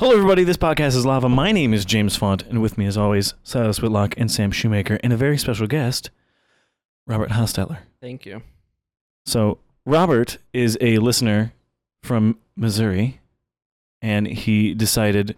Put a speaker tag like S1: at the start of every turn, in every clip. S1: Hello, everybody. This podcast is Lava. My name is James Font, and with me, as always, Silas Whitlock and Sam Shoemaker, and a very special guest, Robert Hostetler.
S2: Thank you.
S1: So, Robert is a listener from Missouri, and he decided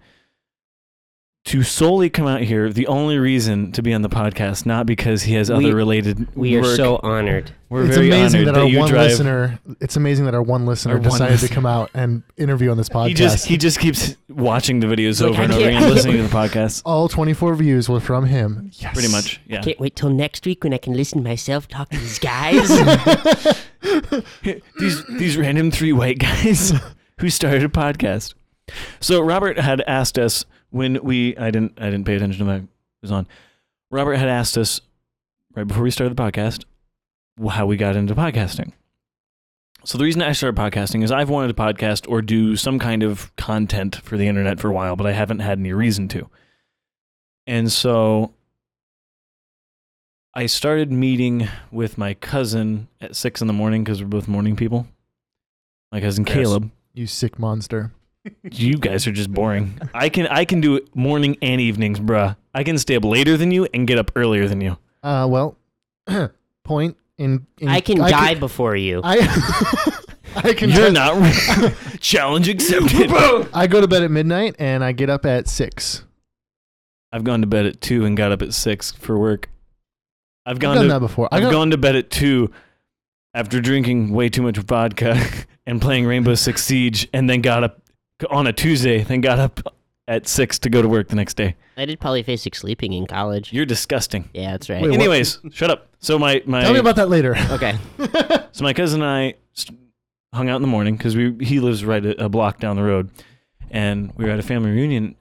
S1: to solely come out here. The only reason to be on the podcast, not because he has
S3: We-
S1: other related.
S3: We are
S1: work.
S3: so honored.
S1: We're
S4: it's
S1: very
S4: amazing
S1: honored
S4: that our
S1: you
S4: one
S1: drive.
S4: listener. It's amazing that our one listener
S1: Our one
S4: decided
S1: listener.
S4: to come out and interview on this podcast.
S1: He just he just keeps watching the videos
S3: Like,
S1: over
S3: I
S1: and over
S3: can't-
S1: again, listening to the podcast.
S4: All 24 views were from him. Yes.
S1: Pretty much, yeah.
S3: Can't wait till next week when I can listen to myself talk to these guys.
S1: these these random three white guys who started a podcast. So Robert had asked us when we I didn't I didn't pay attention to that it was on. Robert had asked us right before we started the podcast wh- how we got into podcasting. So the reason I started podcasting is I've wanted to podcast or do some kind of content for the internet for a while, but I haven't had any reason to. And so I started meeting with my cousin at six in the morning because we're both morning people. My cousin
S2: Yes.
S1: Caleb.
S4: You sick monster.
S1: You guys are just boring. I can I can do morning and evenings, bruh. I can stay up later than you and get up earlier than you.
S4: Uh, well, point in, in
S3: I can die before you.
S4: I, I can.
S1: You're
S4: test-
S1: not challenge accepted.
S4: I go to bed at midnight and I get up at six.
S1: I've gone to bed at two and got up at six for work. I've
S4: I've
S1: gone
S4: done
S1: to
S4: that before. I
S1: I've
S4: got,
S1: gone to bed at two after drinking way too much vodka and playing Rainbow Six Siege, and then got up on a Tuesday. Then got up at six to go to work the next day.
S3: I did polyphasic sleeping in college.
S1: You're disgusting.
S3: Yeah, that's right.
S4: Wait, what?
S1: Anyways, shut up. So my my
S4: tell me about that later.
S3: Okay.
S1: so my cousin and I st- hung out in the morning because we he lives right a, a block down the road, and we were at a family reunion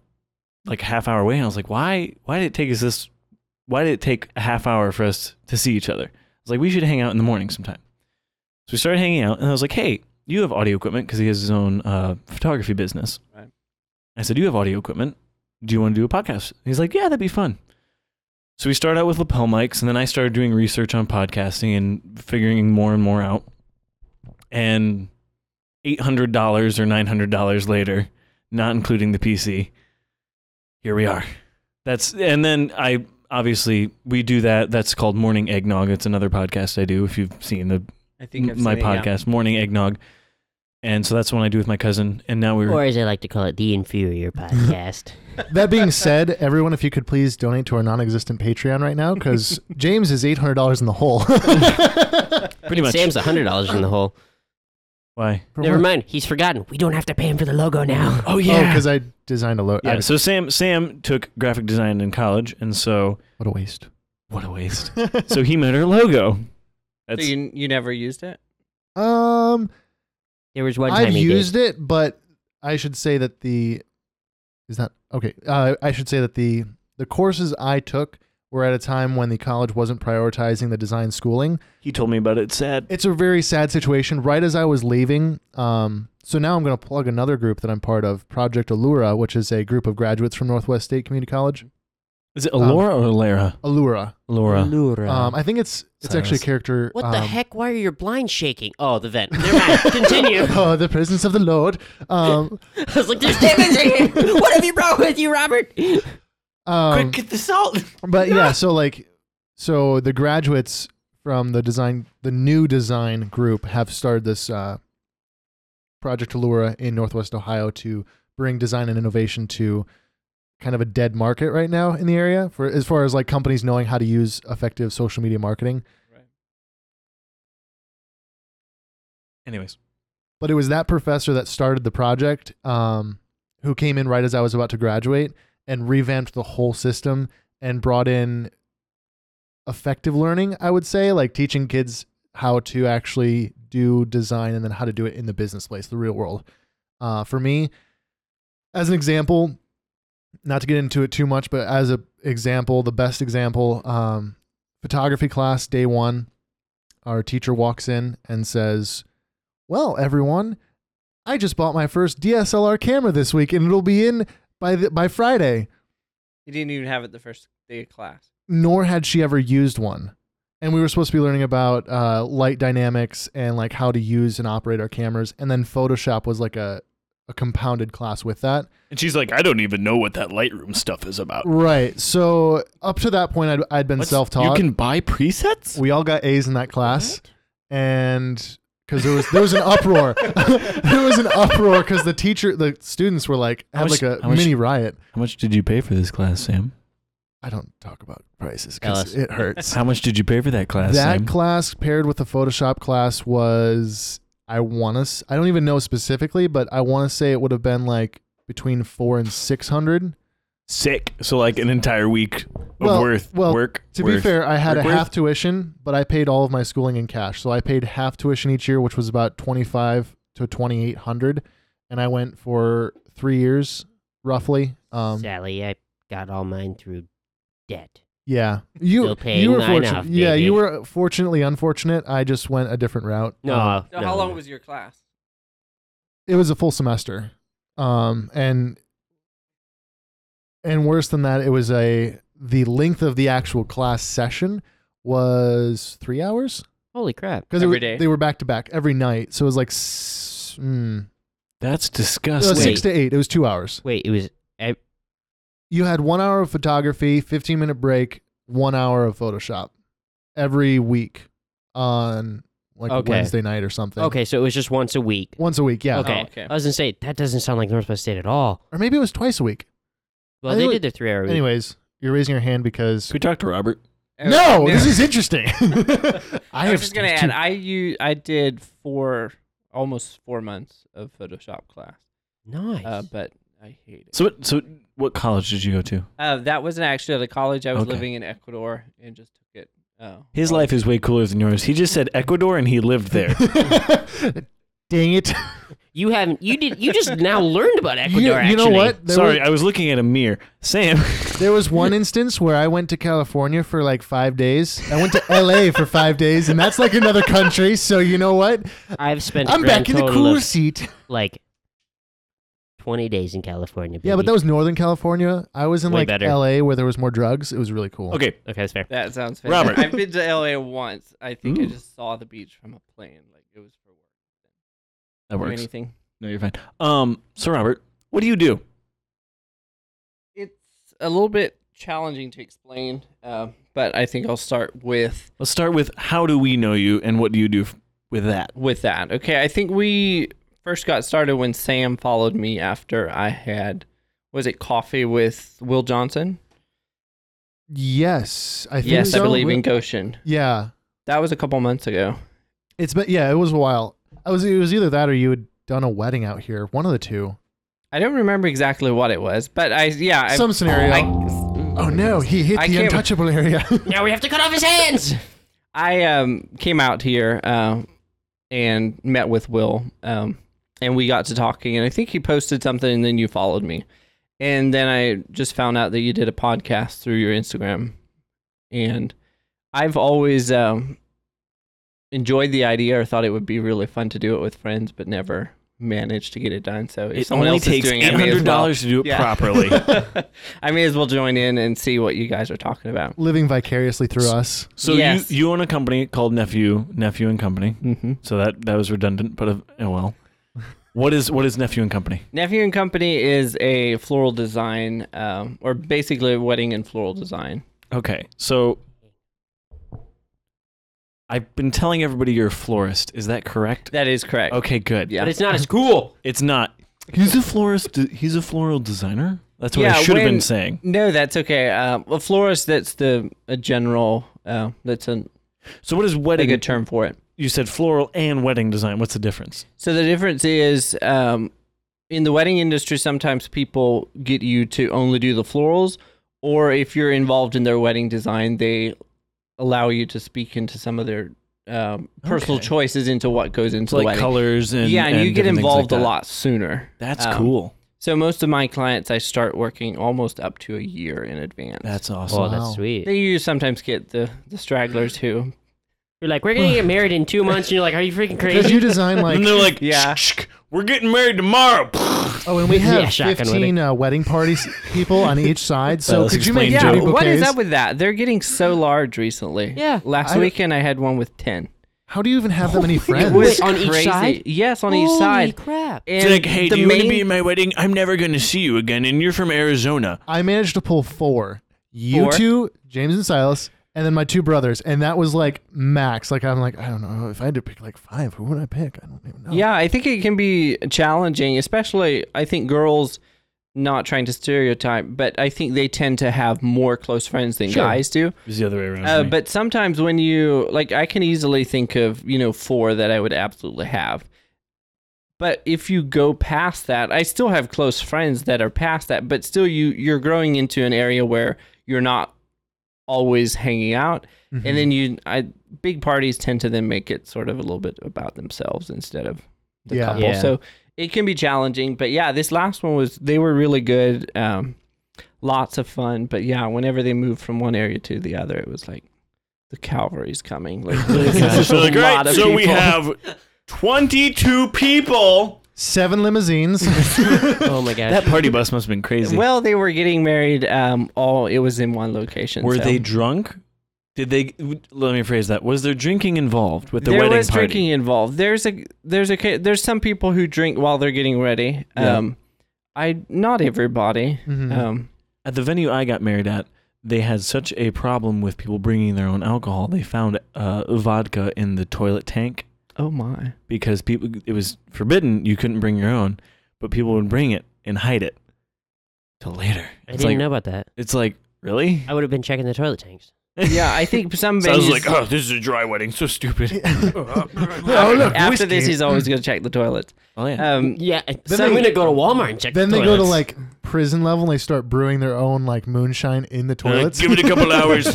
S1: like a half hour away, and I was like, why why did it take us this why did it take a half hour for us to see each other? I was like, we should hang out in the morning sometime. So we started hanging out, and I was like, hey, you have audio equipment because he has his own uh, photography business.
S2: Right.
S1: I said, you have audio equipment. Do you want to do a podcast? He's like, yeah, that'd be fun. So we started out with lapel mics, and then I started doing research on podcasting and figuring more and more out. And eight hundred dollars or nine hundred dollars later, not including the PC, here we are. That's and then I obviously we do that. That's called Morning Eggnog. It's another podcast I do. If you've seen the
S2: I think I've
S1: my
S2: seen it, yeah.
S1: podcast, Morning Eggnog, and so that's one I do with my cousin. And now we're
S3: Or as I like to call it, the inferior podcast.
S4: That being said, everyone, if you could please donate to our non-existent Patreon right now, because James is eight hundred dollars in the hole.
S1: pretty much
S3: Sam's $100 in the hole.
S1: why.
S3: Never mind. He's forgotten. We don't have to pay him for the logo now.
S1: Oh
S4: Oh,
S1: yeah,
S4: because I designed a logo.
S1: yeah. So Sam Sam took graphic design in college, and so
S4: What a waste.
S1: what a waste. so he made our logo.
S2: So
S1: That's
S2: you, you never used it?
S4: um,
S3: There was one time
S4: I've
S3: he
S4: used it, but I should say that the is not okay. Uh, I should say that the the courses I took were at a time when the college wasn't prioritizing the design schooling.
S1: he told me about it. It's sad.
S4: It's a very sad situation. Right as I was leaving, um, so now I'm going to plug another group that I'm part of, Project Allura, which is a group of graduates from Northwest State Community College.
S1: Is it Alora or Lara?
S4: Allura.
S1: Laura.
S4: Um, I think it's it's actually a
S1: Cyrus.
S4: character.
S3: What the
S4: um,
S3: heck? Why are your blinds shaking? Oh, the vent. Never mind. Continue.
S4: Oh, the presence of the Lord. Um,
S3: I was like, there's demons in here. What have you brought with you, Robert?
S4: um,
S1: get the salt.
S4: but yeah, so like, so the graduates from the design, the new design group have started this uh, project Allura in Northwest Ohio to bring design and innovation to kind of a dead market right now in the area for as far as like companies knowing how to use effective social media marketing.
S1: Anyways,
S4: but it was that professor that started the project um, who came in right as I was about to graduate and revamped the whole system and brought in effective learning, I would say, like teaching kids how to actually do design and then how to do it in the business place, the real world. Uh, for me, as an example, not to get into it too much, but as a example, the best example, um, photography class day one, our teacher walks in and says, well, everyone, I just bought my first DSLR camera this week, and it'll be in by the, by Friday.
S2: You didn't even have it the first day of class.
S4: Nor had she ever used one, and we were supposed to be learning about uh, light dynamics and like how to use and operate our cameras. And then Photoshop was like a a compounded class with that.
S1: And she's like, I don't even know what that Lightroom stuff is about.
S4: Right. So up to that point, I'd, I'd been
S1: What's-
S4: self taught.
S1: You can buy presets?
S4: we all got A's in that class, and because there was there was an uproar, there was an uproar because the teacher, the students were like
S1: How
S4: had
S1: much-
S4: like a
S1: how much-
S4: mini riot.
S1: How much did you pay for this class, Sam?
S4: I don't talk about prices
S3: Tell
S4: because
S3: us.
S4: it hurts.
S1: How much did you pay for that class,
S4: that
S1: Sam?
S4: class paired with the Photoshop class was I want to I don't even know specifically, but I want to say it would have been like between four and six hundred.
S1: Sick. So like an entire week of
S4: Well-
S1: worth
S4: well,
S1: work.
S4: To be
S1: worth.
S4: fair, I had a
S1: Workworth?
S4: half tuition, but I paid all of my schooling in cash. So I paid half tuition each year, which was about twenty five to twenty eight hundred, and I went for three years roughly. Um,
S3: Sally, I got all mine through debt.
S4: yeah, you
S3: Still paying
S4: you were
S3: mine
S4: fortunate.
S3: off,
S4: yeah,
S3: baby.
S4: you were fortunately unfortunate. I just went a different route.
S3: No,
S4: Um,
S2: So
S3: no,
S2: how long
S3: no.
S2: was your class?
S4: it was a full semester, um, and and worse than that, it was a the length of the actual class session was three hours.
S3: Holy crap!
S4: because
S2: Every day?
S4: they were back to back every night. So it was like s- mm,
S1: That's
S4: it
S1: disgusting.
S4: was six
S3: Wait.
S4: to eight. It was two hours.
S3: Wait, it was I,
S4: You had one hour of photography, fifteen minute break, one hour of Photoshop every week on like
S3: Okay.
S4: Wednesday night or something.
S3: okay. So it was just once a week.
S4: once a week, yeah,
S3: Okay.
S2: Oh, okay.
S3: I was gonna say that doesn't sound like Northwest State at all.
S4: or maybe it was twice a week.
S3: Well,
S4: I
S3: they
S4: think
S3: did their three hour week.
S4: Anyways, you're raising your hand because
S1: Can we talk to Robert?
S4: no, this is interesting.
S2: Oh, I, was
S4: I have
S2: just gonna add. I you I did four, almost four months of Photoshop class,
S3: nice.
S2: uh, but I hate it.
S1: So what so what college did you go to?
S2: Uh, that wasn't actually at a college. I was
S1: Okay.
S2: living in Ecuador and just took it. Oh,
S1: His
S2: oh.
S1: life is way cooler than yours. He just said Ecuador and he lived there.
S4: Dang it!
S3: you haven't. You did. You just now learned about Ecuador.
S4: you, you know
S3: actually.
S4: what? There
S1: Sorry,
S4: was-
S1: I was looking at a mirror. Sam,
S4: There was one instance where I went to California for like five days. I went to LA for five days, and that's like another country. So you know what?
S3: I've spent. a
S4: I'm
S3: grand
S4: back in the
S3: total of,
S4: cooler seat.
S3: Like twenty days in California.
S4: Yeah, but
S3: baby.
S4: that was Northern California. I was in
S3: Way
S4: like
S3: better.
S4: LA where there was more drugs. It was really cool.
S1: okay,
S3: okay. That's fair.
S2: That sounds
S1: Robert.
S2: fantastic. I've been to LA once. I think I
S1: Ooh.
S2: just saw the beach from a plane. Like it was for work.
S1: that
S2: Do
S1: works.
S2: Anything?
S1: No, you're fine. Um, so Robert, what do you do?
S2: It's a little bit challenging to explain, um, but I think I'll start with
S1: Let's start with how do we know you and what do you do f- with that?
S2: with that. Okay, I think we first got started when Sam followed me after I had was it coffee with Will Johnson?
S4: Yes, I think
S2: Yes, I
S4: so.
S2: believe in Goshen.
S4: Yeah,
S2: That was a couple months ago.
S4: it's been yeah. It was a while. I was it was either that or you had done a wedding out here. One of the two.
S2: I don't remember exactly what it was, but I yeah I,
S4: Some scenario.
S2: I,
S4: oh no, he hit
S2: I
S4: the
S2: can't-
S4: untouchable area.
S3: Now we have to cut off his hands.
S2: I um came out here uh, and met with Will um and we got to talking and I think he posted something and then you followed me. And then I just found out that you did a podcast through your Instagram. And I've always um enjoyed the idea or thought it would be really fun to do it with friends but never managed to get it done. So if
S1: It
S2: someone
S1: only
S2: else
S1: takes
S2: is doing
S1: eight
S2: it, I may as
S1: hundred
S2: well-
S1: dollars to do it
S2: Yeah.
S1: properly.
S2: I may as well join in and see what you guys are talking about.
S4: Living vicariously through us.
S1: So
S2: Yes.
S1: you you own a company called Nephew Nephew and Company.
S2: Mm-hmm.
S1: So that that was redundant, but uh, oh well. What is what is Nephew and Company?
S2: Nephew and Company is a floral design, um, or basically a wedding and floral design.
S1: Okay, so I've been telling everybody you're a florist. Is that correct?
S2: That is correct.
S1: Okay, good.
S2: Yeah.
S3: But it's not as cool.
S1: It's not. He's a florist. He's a floral designer. That's what I
S2: Yeah,
S1: should have
S2: when-
S1: been saying.
S2: No, that's okay. Um, a florist, that's the a general, uh, that's a,
S1: So what is
S2: a
S1: wedding?
S2: good term for it.
S1: You said floral and wedding design. What's the difference?
S2: So the difference is um, in the wedding industry, sometimes people get you to only do the florals, or if you're involved in their wedding design, they allow you to speak into some of their um, personal
S1: Okay.
S2: choices into what goes into
S1: It's
S2: the
S1: like
S2: wedding.
S1: colors and
S2: yeah, and, you get
S1: different things
S2: involved
S1: like
S2: a
S1: that.
S2: lot sooner.
S1: That's
S2: Um,
S1: cool.
S2: So most of my clients, I start working almost up to a year in advance.
S1: That's awesome.
S3: Oh,
S4: Wow.
S3: that's sweet.
S2: They you sometimes get the the stragglers who.
S3: You're like, we're gonna get married in two months, and you're like, are you freaking
S4: Because
S3: crazy?
S4: you design like
S1: and they're like,
S2: Yeah.
S1: "Shh, we're getting married tomorrow.
S4: Oh, and we
S3: Yeah,
S4: have
S3: shotgun
S4: 15 Uh, wedding parties people on each side. So
S1: let's
S4: could you make
S1: explain,
S2: Yeah,
S4: 30
S1: Joe.
S4: bouquets?
S2: what is up with that? They're getting so large recently.
S3: Yeah.
S2: Last
S4: I-
S2: weekend I had one with ten.
S4: How do you even have that many friends?
S3: Wait, on each side?
S2: Yes, on each
S3: Holy
S2: side.
S3: crap.
S1: It's
S2: And
S1: like, hey,
S2: the
S1: do you want
S2: main-
S1: to be at my wedding? I'm never going to see you again, and you're from Arizona.
S2: Uh,
S4: I managed to pull four. You
S2: Four?
S4: two, James and Silas, and then my two brothers, and that was like max. Like I'm like I don't know if I had to pick like five, who would I pick? I don't even know.
S2: Yeah, I think it can be challenging, especially I think girls not trying to stereotype, but I think they tend to have more close friends than
S4: Sure.
S2: guys do.
S1: It's the other way around.
S2: Uh,
S1: for me.
S2: but sometimes when you like, I can easily think of you know four that I would absolutely have. But if you go past that, I still have close friends that are past that. But still, you you're growing into an area where you're not always hanging out,
S4: Mhm.
S2: and then you I, big parties tend to then make it sort of a little bit about themselves instead of the
S4: Yeah.
S2: couple.
S3: Yeah.
S2: So it can be challenging. But yeah, this last one was they were really good. Um, lots of fun. But yeah, whenever they moved from one area to the other, it was like the cavalry's coming. Like this is
S1: so,
S2: a
S1: like, all right,
S2: lot of
S1: so we
S2: people.
S1: have 22 people.
S4: seven limousines.
S3: Oh my gosh.
S1: That party bus must have been crazy.
S2: Well, they were getting married. Um, all it was in one location.
S1: Were
S2: so.
S1: they drunk? Did they? Let me phrase that. Was there drinking involved with the
S2: there
S1: wedding
S2: was
S1: party?
S2: drinking involved. There's a there's a ca- there's some people who drink while they're getting ready.
S1: Yeah.
S2: Um, I not everybody.
S4: Mhm.
S2: Um,
S1: At the venue I got married at, they had such a problem with people bringing their own alcohol. They found uh, vodka in the toilet tank
S2: oh my.
S1: because people it was forbidden. You couldn't bring your own, but people would bring it and hide it till later.
S3: I
S1: It's
S3: didn't
S1: like
S3: know about that.
S1: it's like really.
S3: I would have been checking the toilet tanks.
S2: Yeah, I think some.
S1: So I was
S2: venues-
S1: like, oh, this is a dry wedding, so stupid.
S4: Oh, look,
S2: after
S4: whiskey.
S2: this, he's always gonna check the toilets.
S1: Oh yeah.
S2: Um,
S3: Yeah,
S4: Then
S3: so I'm
S4: they-
S3: going to go to Walmart and check
S4: then
S3: the
S4: they go to
S3: toilets.
S4: like prison level and they start brewing their own like moonshine in the
S1: They're like,
S4: toilets.
S1: Give it a couple hours.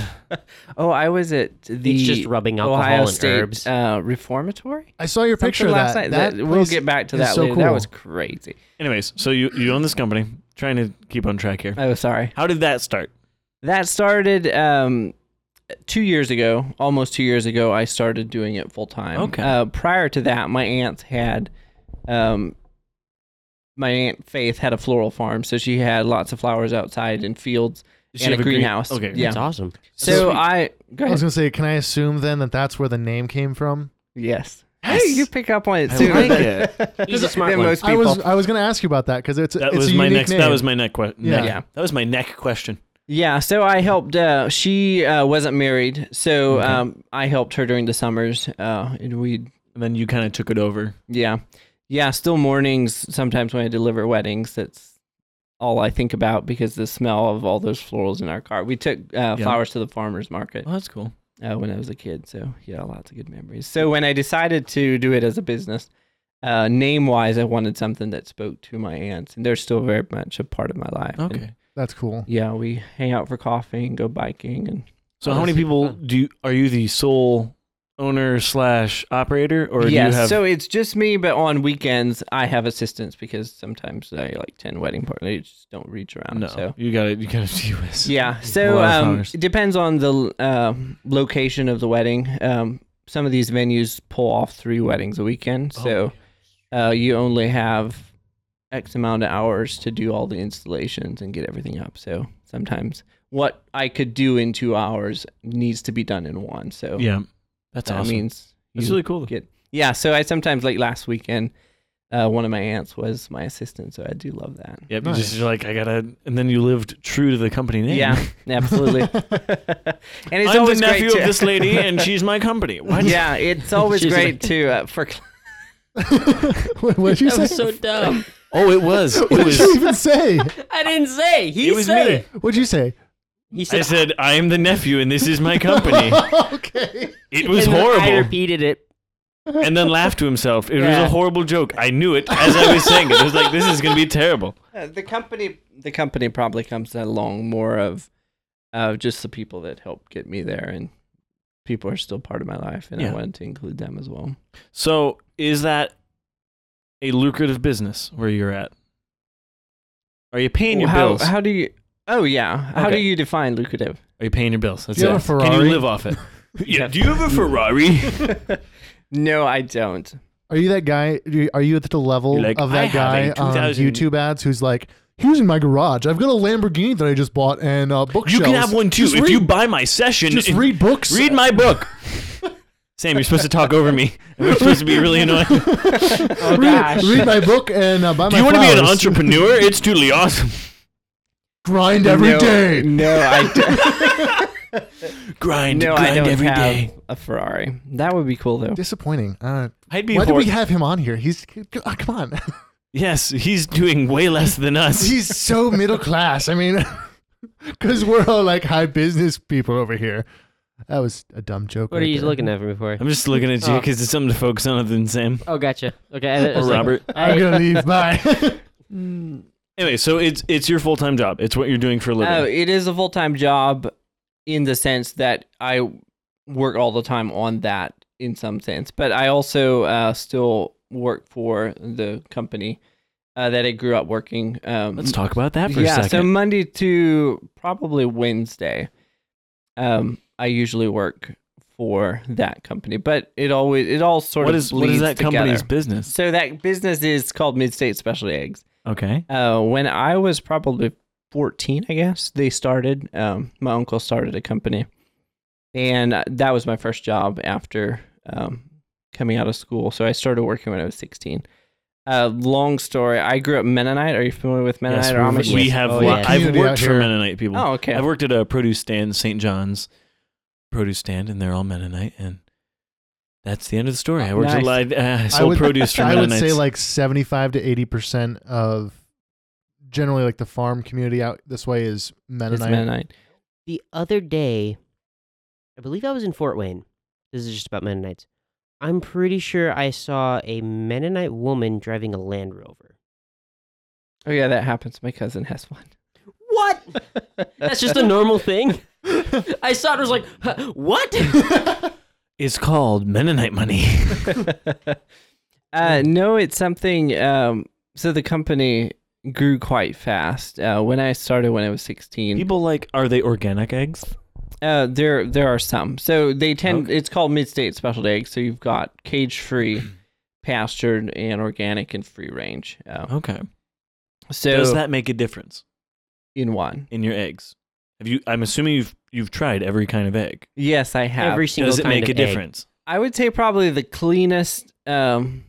S2: oh, I was at the
S3: It's just rubbing alcohol
S2: Ohio
S3: and
S2: State
S3: herbs.
S2: uh, reformatory.
S4: I saw your
S2: Something
S4: picture of
S2: last night.
S4: that.
S2: That- we'll
S4: place
S2: get back to
S4: is
S2: that
S4: so
S2: later. That
S4: cool.
S2: was crazy.
S1: Anyways, so you you own this company. Trying to keep on track here.
S2: Oh, sorry.
S1: How did that start?
S2: That started um, two years ago, almost two years ago. I started doing it full time.
S1: Okay.
S2: Uh, prior to that, my aunt had, um, my aunt Faith had a floral farm, so she had lots of flowers outside in fields
S1: Did she
S2: and a
S1: have a green-
S2: greenhouse.
S1: okay.
S2: Yeah.
S3: That's awesome.
S2: So,
S1: So-
S2: I. Go
S4: I
S2: ahead.
S4: was gonna say, can I assume then that that's where the name came from?
S2: Yes.
S1: Yes.
S2: Hey, you pick up on it
S1: I
S2: sooner
S1: like
S2: than-
S1: it.
S3: He's a smart
S2: than
S3: one.
S2: most
S4: I
S2: people.
S4: was I was gonna ask you about that because it's
S1: That
S4: it's
S1: was
S4: a
S1: my
S4: unique
S1: next.
S4: Name.
S1: That was my neck. Que- neck-
S2: Yeah.
S1: That was my neck question.
S2: Yeah, so I helped. Uh, she uh, wasn't married, so um, I helped her during the summers, uh, and we,
S1: And then you kind of took it over.
S2: yeah, yeah, still mornings. Sometimes when I deliver weddings, that's all I think about because the smell of all those florals in our car. We took uh,
S1: Yeah. Oh.
S2: flowers to the farmers market
S1: Well, that's cool.
S2: uh, when I was a kid, so yeah, lots of good memories. So when I decided to do it as a business, uh, name wise, I wanted something that spoke to my aunts, and they're still very much a part of my life. And,
S1: Okay.
S4: That's cool.
S2: yeah, we hang out for coffee and go biking and.
S1: So how many people do you, are you the sole owner slash operator, or do
S2: yes,
S1: you have?
S2: so it's just me, but on weekends I have assistants because sometimes I like ten wedding parties just don't reach around.
S1: no,
S2: So
S1: you got it. You got to do this.
S2: yeah,
S1: A
S2: so
S1: lot of
S2: um,
S1: hours.
S2: it depends on the uh, location of the wedding. Um, some of these venues pull off three weddings a weekend, so uh, you only have X amount of hours to do all the installations and get everything up. So sometimes what I could do in two hours needs to be done in one. So
S1: Yeah. That's
S2: that
S1: awesome.
S2: means
S1: that's
S2: you-
S1: really cool.
S2: get- yeah, so I sometimes like last weekend, uh, one of my aunts was my assistant, so I do love that.
S1: Yep.
S4: Nice.
S1: You just you're like I gotta, and then you lived true to the company name.
S2: Yeah, absolutely. and it's
S1: I'm the
S2: always
S1: nephew
S2: great
S1: of
S2: to,
S1: this lady, and she's my company. What?
S2: Yeah, it's always
S3: She's
S2: great to uh, for
S4: what did you
S3: That
S4: say?
S3: was so dumb.
S1: Oh, it was. It
S4: what did
S1: was.
S4: you even say?
S3: I didn't say. He
S1: It was
S3: said
S1: me.
S3: it.
S4: What'd you say?
S3: He
S1: I
S3: said,
S1: said I am the nephew, and this is my company.
S4: okay.
S1: It was
S3: and then I
S1: horrible.
S3: repeated it.
S1: and then laughed to himself. It was
S2: Yeah.
S1: a horrible joke. I knew it as I was saying it. It was like this is gonna be terrible.
S2: uh, the company. The company probably comes along more of of just the people that helped get me there, and people are still part of my life, and I
S1: Yeah.
S2: wanted to include them as well.
S1: So is that a lucrative business where you're at? Are you paying your
S2: how
S1: bills?
S2: how do you? Oh yeah, how do
S1: Okay.
S2: you define lucrative?
S1: Are you paying your bills? That's
S4: Do you
S1: it.
S4: have a
S1: Can you
S4: Ferrari?
S1: live off it?
S2: Yeah, do
S1: you have a Ferrari?
S2: No, I don't.
S4: Are you that guy? do you- Are you at the level
S1: You're like,
S4: of
S1: I
S4: that
S1: have
S4: guy
S1: a
S4: on
S1: 2000
S4: YouTube ads who's like, "Here's in my garage. I've got a Lamborghini that I just bought and uh, bookshelves.
S1: you can have one too
S4: Just
S1: if
S4: read,
S1: you buy my session.
S4: just
S1: and-
S4: read books.
S1: read my book. Sam, you're supposed to talk over me. And we're supposed to be really annoying. Do
S2: Oh,
S4: read,
S2: gosh.
S4: read my book and uh, buy my
S1: you want to be an
S4: flowers.
S1: entrepreneur? It's totally awesome.
S4: Grind every
S2: no,
S4: day.
S2: No, I d-
S1: Grind,
S2: no, I
S1: grind
S2: don't
S1: every
S2: have
S1: day.
S2: a Ferrari. That would be cool though.
S4: Disappointing. Uh,
S1: I'd be
S4: why do
S1: hor-
S4: we have him on here? He's oh, come on.
S1: Yes, he's doing way less than us.
S4: He's so middle class. I mean, because we're all like high business people over here. That was a dumb joke.
S3: What are
S4: right
S3: you
S4: there.
S3: looking at me for?
S1: I'm just looking at you
S3: Oh.
S1: because it's something to focus on other than Sam
S3: Oh, gotcha. Okay. I- I
S1: or
S3: was like,
S1: Robert.
S4: I'm
S3: I-
S4: gonna leave. Bye.
S2: Mm,
S1: Anyway, so it's it's your full time job. It's what you're doing for a living.
S2: Oh, it is a full time job in the sense that I work all the time on that in some sense, but I also uh, still work for the company uh, that I grew up working. Um,
S1: Let's talk about that for
S2: yeah,
S1: a
S2: so
S1: second.
S2: Monday to probably Wednesday, um, I usually work for that company, but it always it all sort
S1: what
S2: of
S1: is what is
S2: bleeds
S1: that
S2: together.
S1: company's business?
S2: so that business is called Mid State Specialty Eggs
S1: Okay.
S2: uh, when I was probably 14, I guess, they started, um, my uncle started a company. And uh, that was my first job after um, coming out of school. So I started working when I was 16. Uh, long story. I grew up Mennonite. Are you familiar with Mennonite
S1: Yes,
S2: or
S1: we-
S2: Amish?
S1: we
S3: Yes.
S1: have.
S3: Oh,
S1: lo-
S3: yeah.
S1: I've
S4: Community out
S1: worked for
S4: here.
S1: Mennonite people.
S2: Oh, okay.
S1: I've worked at a produce stand, St. John's produce stand, and they're all Mennonite, and that's the end of the story. I worked at a
S2: Nice.
S1: li- uh, I sold
S4: would-
S1: produce for
S4: I would
S1: Mennonites.
S4: say like seventy-five to eighty percent of generally like the farm community out this way is
S2: It's
S4: Mennonite.
S2: Mennonite.
S3: the other day, I believe I was in Fort Wayne. This is just about Mennonites. I'm pretty sure I saw a Mennonite woman driving a Land Rover.
S2: Oh, yeah, that happens. My cousin has one.
S3: What? That's just a normal thing. I saw it. I was like, huh, what?
S1: it's called Mennonite money.
S2: uh, no, it's something. Um, so the company grew quite fast. Uh, when I started when I was 16,
S1: People like, are they organic eggs?
S2: Uh, there there are some. So they tend. It's called mid-state specialty eggs. So you've got cage-free, pastured, and organic and free range. Uh,
S1: Okay.
S2: so
S1: Uh-huh. Does that make a difference
S2: in one.
S1: in your eggs? Have you? I'm assuming you've you've tried every kind of egg.
S2: Yes, I have.
S3: Every single
S1: Does it
S3: kind
S1: make
S3: of
S1: a
S3: egg.
S1: difference?
S2: I would say probably the cleanest. Um,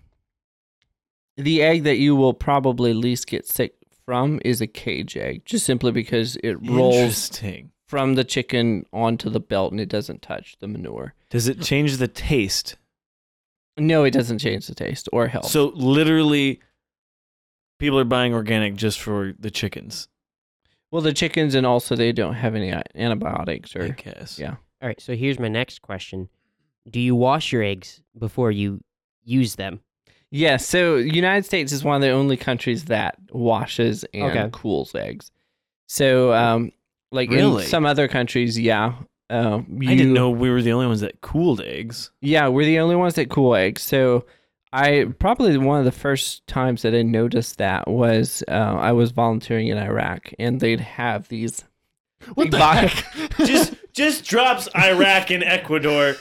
S2: the egg that you will probably least get sick from is a cage egg, just simply because it rolls
S1: Interesting.
S2: from the chicken onto the belt and it doesn't touch the manure.
S1: Does it change the taste?
S2: No, it doesn't change the taste or health.
S1: So literally, people are buying organic just for the chickens.
S2: Well, the chickens, and also they don't have any uh, antibiotics
S1: I
S2: or.
S1: guess.
S2: Yeah.
S3: All right. So here's my next question: Do you wash your eggs before you use them?
S2: Yeah, so United States is one of the only countries that washes and
S3: Okay.
S2: cools eggs. So, um, like
S1: Really?
S2: in some other countries, yeah, um, you,
S1: I didn't know we were the only ones that cooled eggs.
S2: Yeah, we're the only ones that cool eggs. So, I probably one of the first times that I noticed that was uh, I was volunteering in Iraq, and they'd have these.
S4: What
S2: big
S4: the
S2: box-
S4: heck?
S1: just drops Iraq and Ecuador.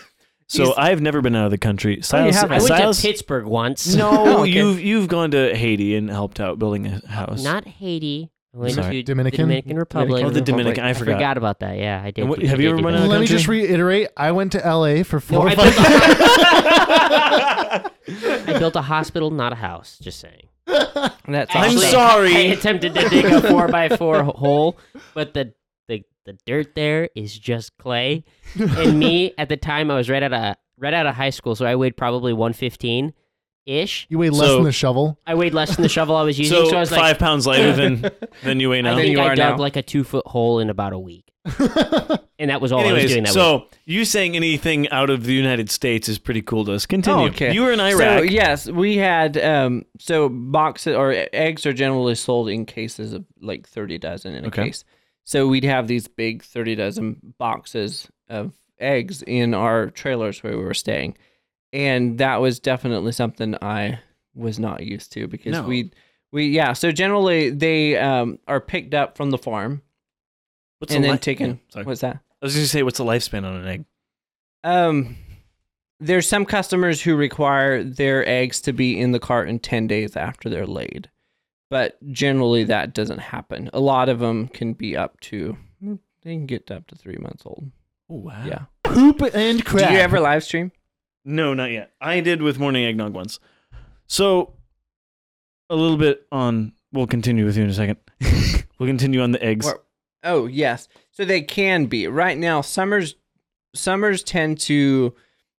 S1: So
S2: He's-
S1: I've never been out of the country. Silas,
S2: haven't.
S3: I went
S1: Silas-
S3: to Pittsburgh once.
S1: No,
S2: Oh, okay.
S1: you've you've gone to Haiti and helped out building a house.
S3: not Haiti. I went
S1: Sorry.
S3: to
S4: Dominican?
S3: the Dominican Republic.
S1: oh, the
S2: Republic.
S1: Dominican. I
S3: I
S1: forgot.
S3: forgot. about that. Yeah, I did.
S1: And what-
S3: do-
S1: have
S3: I
S1: you
S3: did
S1: ever
S3: do
S1: run
S3: that.
S1: out of
S4: Let me
S1: country?
S4: just reiterate. I went to L.A. for four.
S3: I
S4: or five
S3: I built a hospital, not a house. Just saying.
S2: That's
S1: I'm
S2: awesome.
S3: Actually,
S1: sorry.
S3: I attempted to dig a four by four hole, but the, the the dirt there is just clay. And me at the time, I was right out of right out of high school, so I weighed probably one fifteen ish.
S4: You weigh less
S1: So-
S4: than the shovel.
S3: I weighed less than the shovel I was using, so,
S1: so
S3: I was
S1: five
S3: like,
S1: pounds lighter than than you weigh
S3: I
S1: now.
S2: than
S3: think
S2: you
S3: I
S2: are
S3: dug
S2: now.
S3: like a two foot hole in about a week, and that was all I was
S1: Anyways,
S3: doing that week.
S1: so you saying anything out of the United States is pretty cool to us. Continue.
S2: Oh, okay.
S1: You were in Iraq.
S2: So yes, we had um so boxes or e- eggs are generally sold in cases of like 30 dozen in a
S1: Okay.
S2: case. So we'd have these big 30 dozen boxes of eggs in our trailers where we were staying. And that was definitely something I was not used to because
S1: No.
S2: we we yeah, so generally they um are picked up from the farm
S1: What's
S2: and
S1: the
S2: then
S1: li-
S2: taken
S1: Yeah, sorry.
S2: what's that?
S1: I was going to say, what's the lifespan on an egg?
S2: Um, there's some customers who require their eggs to be in the carton 10 days after they're laid, but generally that doesn't happen. A lot of them can be up to, mm, they can get up to three months old.
S1: Oh wow.
S2: Yeah.
S4: Poop and crap.
S2: Do you ever live stream?
S1: No, not yet. I did with morning eggnog once. So, a little bit on. We'll continue with you in a second. we'll continue on the eggs.
S2: Or- Oh yes, so they can be. Right now, summers summers tend to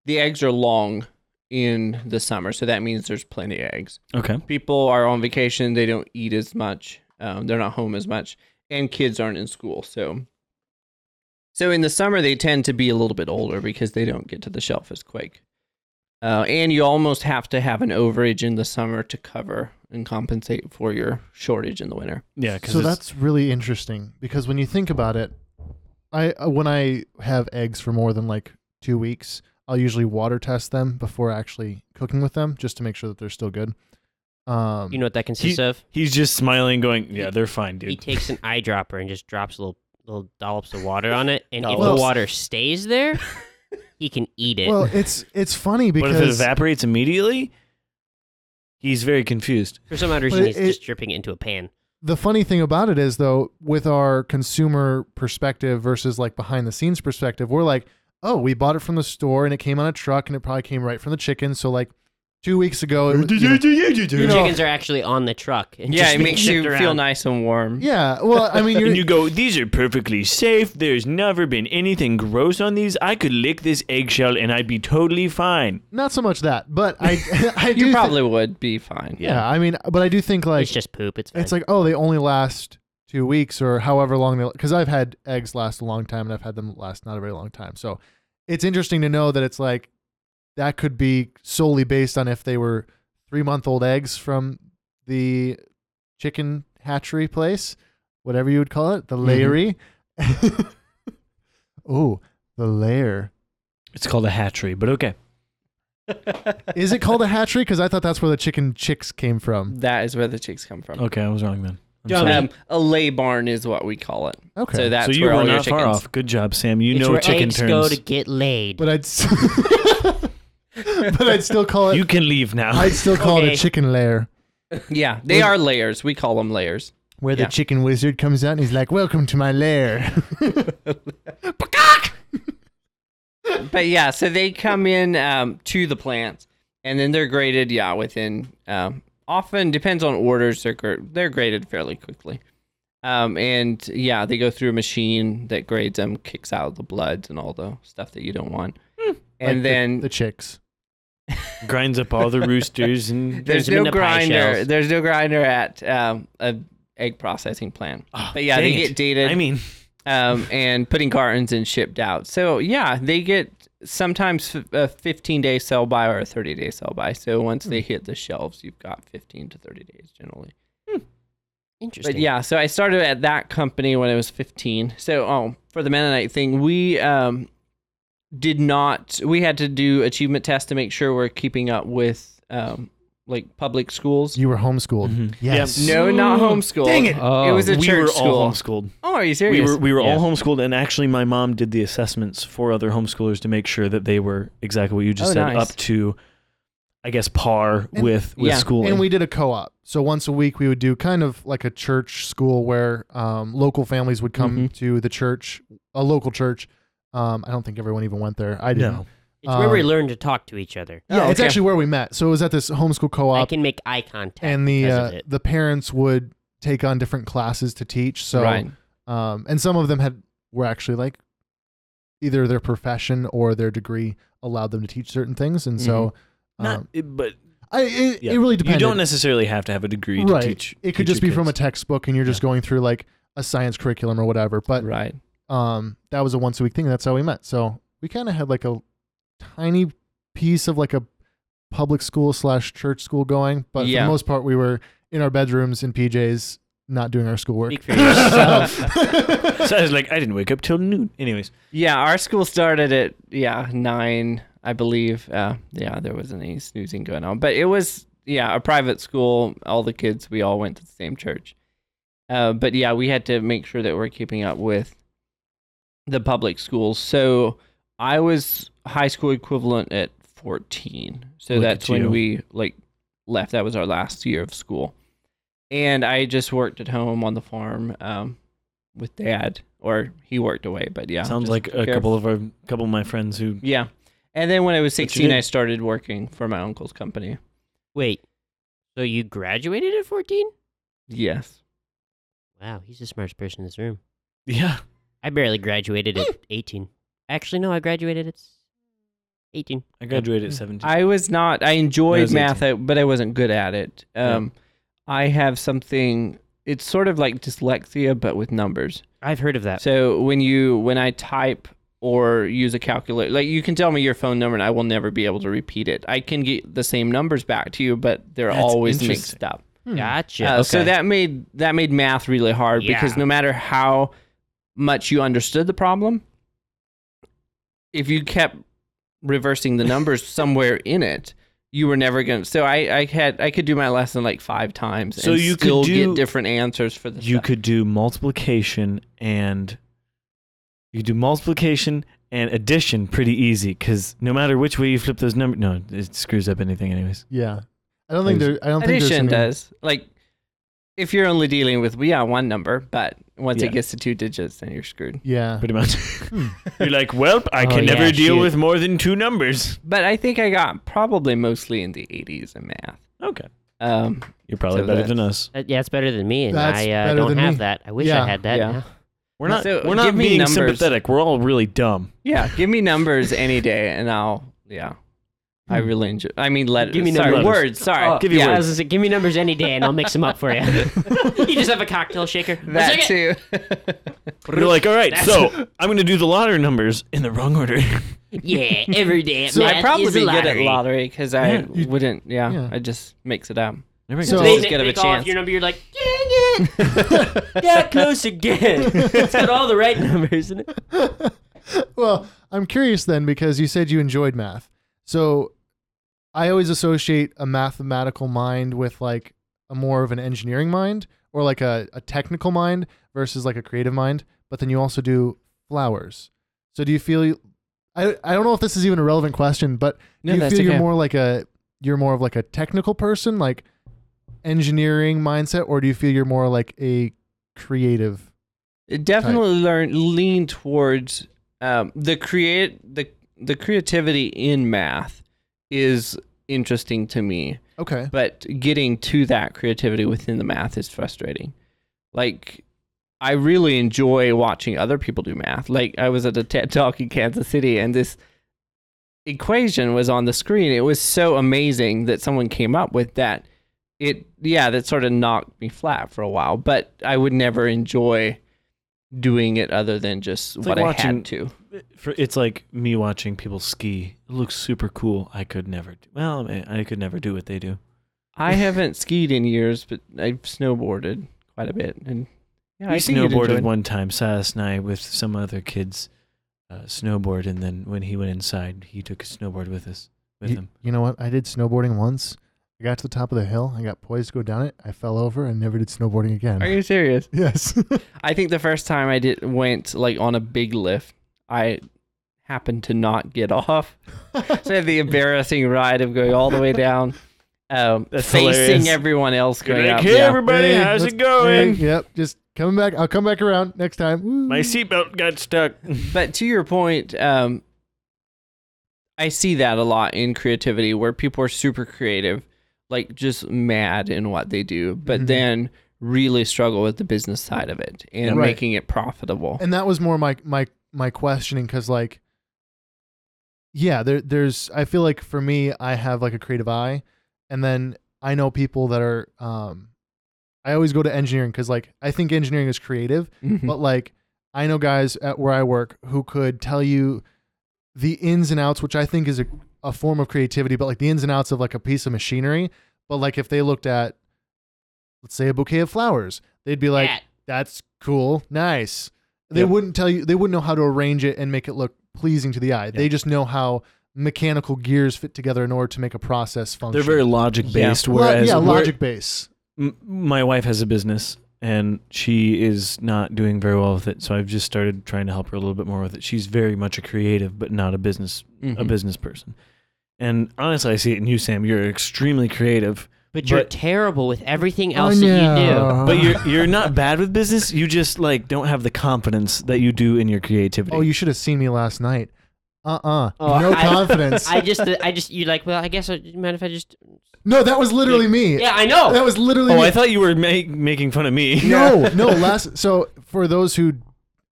S2: the eggs are long in the summer, so that means there's plenty of eggs.
S1: Okay.
S2: People are on vacation; they don't eat as much. Um, they're not home as much, and kids aren't in school. So, so in the summer they tend to be a little bit older because they don't get to the shelf as quick. Uh, and you almost have to have an overage in the summer to cover and compensate for your shortage in the winter.
S1: Yeah. Cause
S4: So
S1: it's-
S4: that's really interesting because when you think about it, I uh, when I have eggs for more than like two weeks, I'll usually water test them before actually cooking with them just to make sure that they're still good. Um,
S3: You know what that consists of?
S1: he's just smiling, going, "Yeah, they're fine,
S3: He
S1: dude."
S3: takes an eyedropper and just drops little little dollops of water on it, and if the
S4: Dollops.
S3: water stays there, he can eat it.
S4: well, it's it's funny
S1: But if it
S4: because
S1: evaporates immediately, he's very confused.
S3: For some odd reason,
S4: it-
S3: he's just dripping it into a pan.
S4: the funny thing about it is though, with our consumer perspective versus like behind the scenes perspective, we're like, oh, we bought it from the store and it came on a truck and it probably came right from the chicken. So like two weeks ago, it, was- you know,
S3: The
S4: You know-
S3: chickens are actually on the truck. And
S2: Yeah,
S3: just
S2: it
S3: being
S2: makes you
S3: shipped
S2: feel
S3: around.
S2: nice and warm.
S4: yeah. Well, I mean, you're,
S1: and you go, these are perfectly safe. There's never been anything gross on these. I could lick this eggshell and I'd be totally fine.
S4: not so much that, but I, I do
S2: you
S4: thi-
S2: probably would be fine.
S4: yeah. I mean, but I do think like
S3: it's just poop. It's fine.
S4: it's like oh they only last two weeks or however long they because i've had eggs last a long time and i've had them last not a very long time so it's interesting to know that it's like that could be solely based on if they were three month old eggs from the chicken hatchery place whatever you would call it the layery oh the lair
S1: It's called a hatchery, but okay.
S4: is it called a hatchery because i thought that's where the chicken chicks came from
S2: That is where the chicks come from.
S1: Okay, I was wrong then. Oh, I'm
S3: Dumb.
S1: sorry.
S2: Um, a lay barn is what we call it.
S4: okay
S2: So that's
S1: so you
S2: where
S1: were
S2: all your
S1: not
S2: chickens.
S1: far off. Good job, Sam. You
S3: It's
S1: know
S3: where
S1: chicken
S3: eggs
S1: terms.
S3: go to get laid.
S4: but i'd s- but i'd still call it
S1: you can leave now.
S4: I'd still call it
S3: Okay.
S4: a chicken lair,
S2: Yeah, they are layers. We call them layers.
S4: where
S2: Yeah.
S4: the chicken wizard comes out and he's like, "Welcome to my lair."
S2: But yeah, so they come in um, to the plants, and then they're graded. Yeah, within um, often depends on orders. They're gr- they're graded fairly quickly. Um, and yeah, they go through a machine that grades them, kicks out the bloods and all the stuff that you don't want.
S1: Hmm.
S4: Like
S2: And
S4: the-
S2: then
S4: the, chicks.
S1: Grinds up all the roosters and
S2: there's
S3: them in
S2: no
S3: the pie
S2: grinder.
S3: shells.
S2: There's no grinder at um, a egg processing plant.
S1: Ah,
S2: But yeah, they
S1: dang
S2: get
S1: it.
S2: dated
S1: I mean,
S2: um, and putting cartons and shipped out. So yeah, they get sometimes f- a 15 day sell by or a 30 day sell by. So once they
S1: Hmm.
S2: hit the shelves, you've got 15 to 30 days generally.
S3: Interesting.
S2: But yeah, so I started at that company when I was 15. So oh, for the Mennonite thing, we um, did not. We had to do achievement tests to make sure we're keeping up with um, like public schools.
S4: You were homeschooled.
S1: Mhm.
S4: Yes.
S1: Yeah.
S2: No, not homeschool.
S1: Dang it.
S2: it was a
S1: oh, we
S2: church
S1: were
S2: school.
S1: all homeschooled.
S2: Oh, are you
S1: We
S2: serious?
S1: were we were
S2: Yeah.
S1: all homeschooled, and actually, my mom did the assessments for other homeschoolers to make sure that they were exactly what you just
S2: Oh,
S1: said,
S2: nice.
S1: up to, I guess, par
S4: And-
S1: with with
S2: Yeah.
S1: schooling.
S4: And we did a co-op. So once a week, we would do kind of like a church school where um, local families would
S1: Mm-hmm.
S4: come
S2: Mhm.
S4: to the church, a local church. Um, I don't think everyone even went there. I didn't.
S1: no,
S3: it's where we
S4: um,
S3: learn to talk to each other.
S4: Yeah,
S2: Oh,
S4: it's
S2: okay.
S4: actually where we met. So it was at this homeschool
S3: I
S4: co-op,
S3: can make eye contact.
S4: and the
S3: because of
S4: uh,
S3: it.
S4: the parents would take on different classes to teach. So
S2: right.
S4: um, and some of them had were actually like either their profession or their degree allowed them to teach certain things, and so um,
S1: Mm-hmm. not it- but
S4: I, it,
S1: yeah.
S4: it really depends.
S1: You don't necessarily have to have a degree to
S4: right.
S1: teach.
S4: it
S1: teach
S4: could just be
S1: your
S4: from a
S1: kids.
S4: textbook, and you're just
S1: Yeah.
S4: going through like a science curriculum or whatever. But
S2: Right.
S4: um, that was a once a week thing. That's how we met. So we kind of had like a tiny piece of like a public school slash church school going, but for
S2: Yeah.
S4: the most part, we were in our bedrooms in PJs, not doing our schoolwork.
S3: Speak for yourself.
S1: so I was like, I didn't wake up till noon. Anyways,
S2: Yeah, our school started at yeah nine, I believe. Uh, yeah, there wasn't any snoozing going on, but it was yeah a private school. All the kids, we all went to the same church. Uh, but yeah, we had to make sure that we're keeping up with the public schools. So I was high school equivalent at fourteen. So
S1: Look
S2: that's
S1: at
S2: when
S1: you.
S2: we like left. That was our last year of school, and I just worked at home on the farm. Um, with dad, or he worked away, but yeah.
S1: sounds
S2: just
S1: like a
S2: care
S1: couple of our couple of my friends who
S2: yeah. And then when I was
S1: you
S2: 16, I
S1: did.
S2: started working for my uncle's company.
S3: Wait. So you graduated at 14?
S2: Yes.
S3: Wow, he's the smartest person in this room.
S1: Yeah.
S3: I barely graduated at 18. Actually, no, I graduated at s- 18.
S1: I graduated at 17.
S2: I was not, I enjoyed
S1: was
S2: math, I, but I wasn't good at it.
S1: Yeah.
S2: Um, I have something, it's sort of like dyslexia, but with numbers.
S3: I've heard of that.
S2: So when you, when I type or use a calculator, like you can tell me your phone number and I will never be able to repeat it. I can get the same numbers back to you, but they're
S1: That's
S2: always
S1: interesting.
S2: mixed up.
S4: Hmm.
S3: Gotcha.
S2: Uh, So
S3: okay.
S2: that made that made math really hard because
S3: Yeah.
S2: no matter how much you understood the problem, if you kept reversing the numbers somewhere in it, you were never going to. So I, I had I could do my lesson like five times.
S1: So
S2: and
S1: you could
S2: still
S1: do-
S2: get different answers for the.
S1: you
S2: stuff.
S1: could do multiplication and you could do multiplication and addition pretty easy because no matter which way you flip those numbers, no, it screws up anything anyways.
S4: Yeah. I don't think there. I don't think there's.
S2: addition
S4: any-
S2: does like if you're only dealing with yeah one number, but once
S1: Yeah.
S2: it gets to two digits, then you're screwed.
S4: Yeah.
S1: Pretty much. You're like, well, I
S3: Hmm. Oh,
S1: can never
S3: yeah,
S1: deal
S3: shoot.
S1: with more than two numbers.
S2: But I think I got probably mostly in the 80s in math.
S1: Okay.
S2: Um,
S1: You're probably
S2: So
S1: better
S2: that's-
S1: than us.
S3: That- yeah, it's better than me, and
S4: That's
S3: I uh,
S4: better
S3: don't
S4: than
S3: have
S4: me.
S3: that. I wish
S4: Yeah.
S3: I had that.
S2: Yeah.
S3: now.
S1: We're not.
S2: So,
S1: we're not
S2: give me
S1: being
S2: numbers.
S1: sympathetic. We're all really dumb.
S2: Yeah, give me numbers any day, and I'll yeah. I
S4: Hmm.
S2: really enjoy. I mean, letters.
S3: Give me
S2: sorry,
S1: numbers.
S2: words. Sorry.
S3: Oh,
S1: Give you
S3: yeah,
S1: words.
S3: I was gonna say, give me numbers any day, and I'll mix them up for you. you just have a cocktail shaker. One
S2: That
S3: second.
S2: too.
S1: You're like, all right,
S3: That's-
S1: so I'm going to do the lottery numbers in the wrong order.
S3: Yeah, every day.
S4: So
S3: math
S2: I'd probably
S3: is a
S2: be good at
S3: lottery.
S2: lottery because I
S1: Yeah,
S4: you-
S2: wouldn't. Yeah,
S4: yeah.
S2: I just mix it up.
S1: Never
S4: So-
S1: gets
S3: They,
S2: Always
S3: they,
S2: good of
S3: they
S2: a
S3: call off
S2: chance.
S3: your number. You're like, dang it, that close again. It's got all the right numbers, isn't it?
S4: well, I'm curious then because you said you enjoyed math. So I always associate a mathematical mind with like a more of an engineering mind or like a, a technical mind versus like a creative mind. But then you also do flowers. So do you feel you, I, I don't know if this is even a relevant question, but
S2: No,
S4: do you
S2: that's
S4: feel you're
S2: okay.
S4: more like a you're more of like a technical person, like engineering mindset, or do you feel you're more like a creative?
S2: It definitely learn lean towards um, the create the the creativity in math is interesting to me.
S4: Okay.
S2: but getting to that creativity within the math is frustrating. Like, I really enjoy watching other people do math. Like, I was at a TED talk in Kansas City, and this equation was on the screen. It was so amazing that someone came up with that. It, yeah, that sort of knocked me flat for a while, but I would never enjoy doing it other than just
S1: It's
S2: what
S1: like
S2: I
S1: watching-
S2: had to.
S1: for it's like me watching people ski. It looks super cool. I could never. Do, well, I I could never do what they do.
S2: I haven't skied in years, but I've snowboarded quite a bit. And yeah,
S1: we
S2: I think you'd enjoy
S1: snowboarded
S2: it.
S1: one time, Silas and I, with some other kids, uh, snowboard, and then when he went inside, he took his snowboard with us with
S4: you,
S1: him.
S4: you know what? I did snowboarding once. I got to the top of the hill. I got poised to go down it. I fell over and never did snowboarding again.
S2: Are you serious?
S4: yes.
S2: I think the first time I did went like on a big lift, I happened to not get off. So I had the embarrassing ride of going all the way down, um,
S1: That's
S2: facing
S1: hilarious.
S2: everyone else going up.
S1: hey
S2: yeah.
S1: everybody,
S4: Hey,
S1: how's
S4: let's-
S1: it going?
S4: hey, yep. Just coming back. I'll come back around next time. Woo.
S1: My seatbelt got stuck.
S2: But to your point, um, I see that a lot in creativity where people are super creative, like just mad in what they do, but
S1: Mm-hmm.
S4: Mhm.
S2: then really struggle with the business side of it and
S4: Right.
S2: making it profitable.
S4: and that was more my my my questioning because like yeah there there's i feel like for me i have like a creative eye and then i know people that are um i always go to engineering because like i think engineering is creative
S2: Mhm.
S4: but like i know guys at where i work who could tell you the ins and outs which i think is a, a form of creativity but like the ins and outs of like a piece of machinery but like if they looked at let's say a bouquet of flowers they'd be like
S3: That.
S4: that's cool nice they
S1: Yep.
S4: wouldn't tell you they wouldn't know how to arrange it and make it look pleasing to the eye they just know how mechanical gears fit together in order to make a process function
S1: They're very logic based,
S4: Lo-
S1: whereas
S4: yeah
S1: we're-
S4: logic base
S1: m- my wife has a business and she is not doing very well with it so i've just started trying to help her a little bit more with it she's very much a creative but not a business a
S4: Mm-hmm.
S2: Mhm.
S1: business person and honestly i see it in you sam you're extremely creative
S3: But you're
S1: But-
S3: terrible with everything else that you do.
S1: Oh, but you're
S4: Uh-huh.
S1: you're not bad with business you just like don't have the confidence that you do in your creativity
S4: Oh, you should have seen me last night. Uh-uh.
S3: Oh,
S4: no
S3: I-
S4: confidence.
S3: I just, uh, I just, you like, well, I guess, I, you mind if I just?
S4: no, that was literally me.
S3: Yeah, I know.
S4: That was literally
S1: Oh,
S4: me.
S1: I thought you were ma- making fun of me.
S4: no, no. Last, so for those who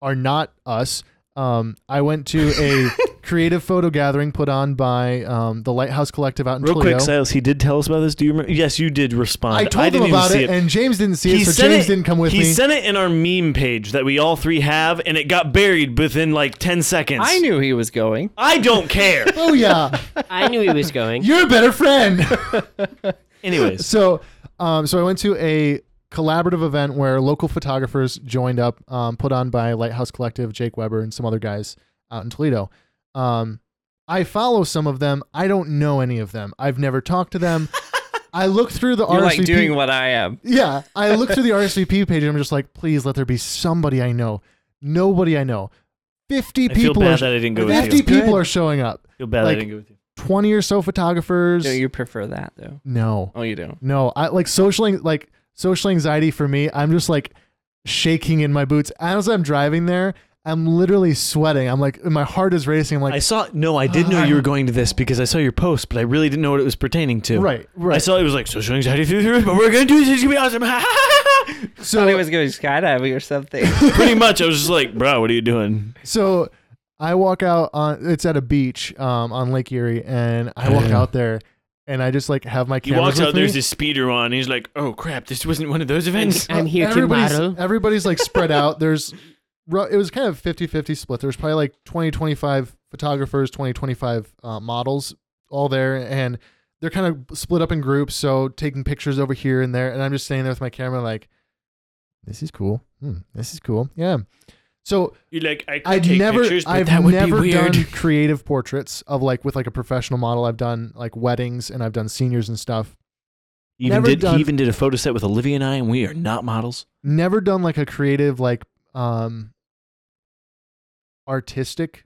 S4: are not us, um, I went to a creative photo gathering put on by um, the Lighthouse Collective out in
S1: Real
S4: Toledo.
S1: quick, Silas, he did tell us about this. Do you remember? Yes, you did respond.
S4: I told
S1: didn't
S4: him about
S1: even
S4: it,
S1: see it.
S4: and James didn't see
S1: He
S4: it, so
S1: sent
S4: James
S1: it-
S4: didn't come with
S1: he
S4: me.
S1: sent it in our meme page that we all three have, and it got buried within like 10 seconds.
S2: I knew he was going.
S1: I don't care.
S4: oh yeah,
S3: I knew he was going.
S4: you're a better friend.
S1: Anyways,
S4: so, um, so I went to a collaborative event where local photographers joined up, um, put on by Lighthouse Collective, Jake Weber, and some other guys out in Toledo. Um, I follow some of them. I don't know any of them. I've never talked to them. I look through the
S2: You're
S4: RSVP.
S2: like doing what I am.
S4: yeah, I look through the RSVP page and I'm just like, please let there be somebody I know. Nobody I know. Fifty
S1: I feel
S4: people.
S1: bad
S4: are,
S1: that I didn't go with
S4: Fifty
S1: you.
S4: people are showing up.
S1: feel bad that
S4: like-
S1: I didn't go with you.
S4: Twenty or so photographers.
S2: No, you prefer that though.
S4: no.
S2: Oh, you do.
S4: No, I like social an- like social anxiety for me. I'm just like shaking in my boots as I'm driving there. I'm literally sweating. I'm like my heart is racing. I'm
S1: I
S4: like
S1: saw no, I did know you were going to this because I saw your post, but I really didn't know what it was pertaining to.
S4: right,
S1: I
S4: right.
S1: saw it was like social anxiety, but we're gonna do this. It's gonna be awesome.
S4: So
S2: Thought he was going skydiving or something.
S1: Pretty much, I was just like, bro, what are you doing?
S4: so I walk out on it's at a beach um on Lake Erie and I walk
S1: Yeah.
S4: out there and I just like have my
S1: He
S4: cameras
S1: walks
S4: with
S1: out.
S4: me.
S1: There's this speeder on. He's like, oh crap, this wasn't one of those events.
S3: I'm
S4: Uh,
S3: here to
S4: everybody's-
S3: battle.
S4: Everybody's like spread out. There's ru- it was kind of 50-50 split. There's probably like 20 25 photographers, 20 25 uh, models all there and they're kind of split up in groups, so taking pictures over here and there and I'm just standing there with my camera like this is cool. Hmm, this is cool. Yeah. So
S1: You're like, I could
S4: I've
S1: take
S4: never,
S1: pictures, but
S4: I've
S1: that would
S4: never
S1: be weird.
S4: done creative portraits of like with like a professional model. I've done like weddings and I've done seniors and stuff.
S1: Even
S4: never
S1: did,
S4: done-
S1: He even did a photo set with Olivia and I, and we are not models.
S4: never done like a creative like um artistic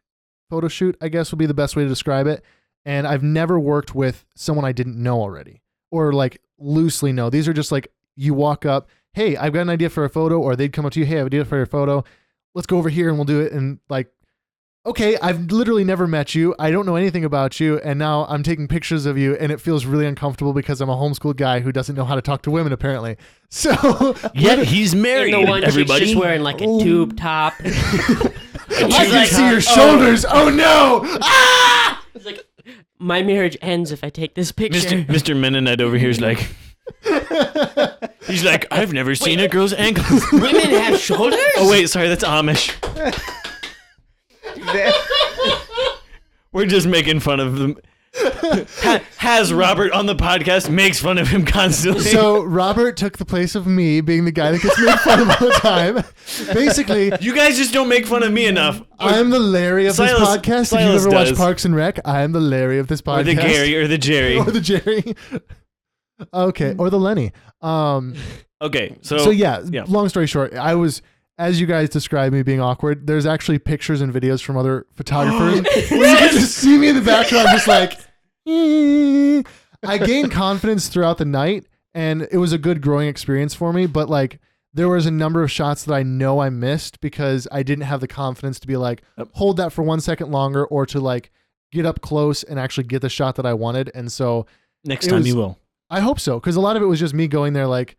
S4: photo shoot i guess would be the best way to describe it and i've never worked with someone i didn't know already or like loosely know these are just like you walk up hey i've got an idea for a photo or they'd come up to you hey i have an idea for your photo let's go over here and we'll do it and like okay i've literally never met you i don't know anything about you and now i'm taking pictures of you and it feels really uncomfortable because i'm a homeschooled guy who doesn't know how to talk to women apparently so
S1: Yet he's married.
S3: And the one
S1: everybody.
S3: chick's just wearing like a tube top. and he's
S4: I can
S3: like,
S4: see your shoulders. Oh, no! Ah!
S3: he's like, my marriage ends if I take this picture.
S1: Mr. Mr. Mennonite over here is like, he's like, I've never seen a girl's ankles.
S3: Women have shoulders.
S1: oh wait, sorry, that's Amish. We're just making fun of them. Ha- Has Robert on the podcast makes fun of him constantly.
S4: So Robert took the place of me being the guy that gets made fun of all the time. Basically,
S1: you guys just don't make fun of me enough. Or,
S4: I'm the Larry of
S1: Silas-
S4: this podcast. If you
S1: Silas
S4: ever watch
S1: does.
S4: Parks and Rec, I am the Larry of this podcast.
S1: or the Gary or the Jerry.
S4: Or the Jerry. Okay, or the Lenny. Um,
S1: Okay, so,
S4: so yeah,
S1: yeah.
S4: long story short, I was, as you guys described me being awkward, there's actually pictures and videos from other photographers where you can just see me in the background just like, "Eh." I gained confidence throughout the night and it was a good growing experience for me, but like, there was a number of shots that I know I missed because I didn't have the confidence to be like, hold that for one second longer or to like get up close and actually get the shot that I wanted. And so
S1: next
S4: it
S1: time
S4: was-
S1: you will.
S4: I hope so, because a lot of it was just me going there, like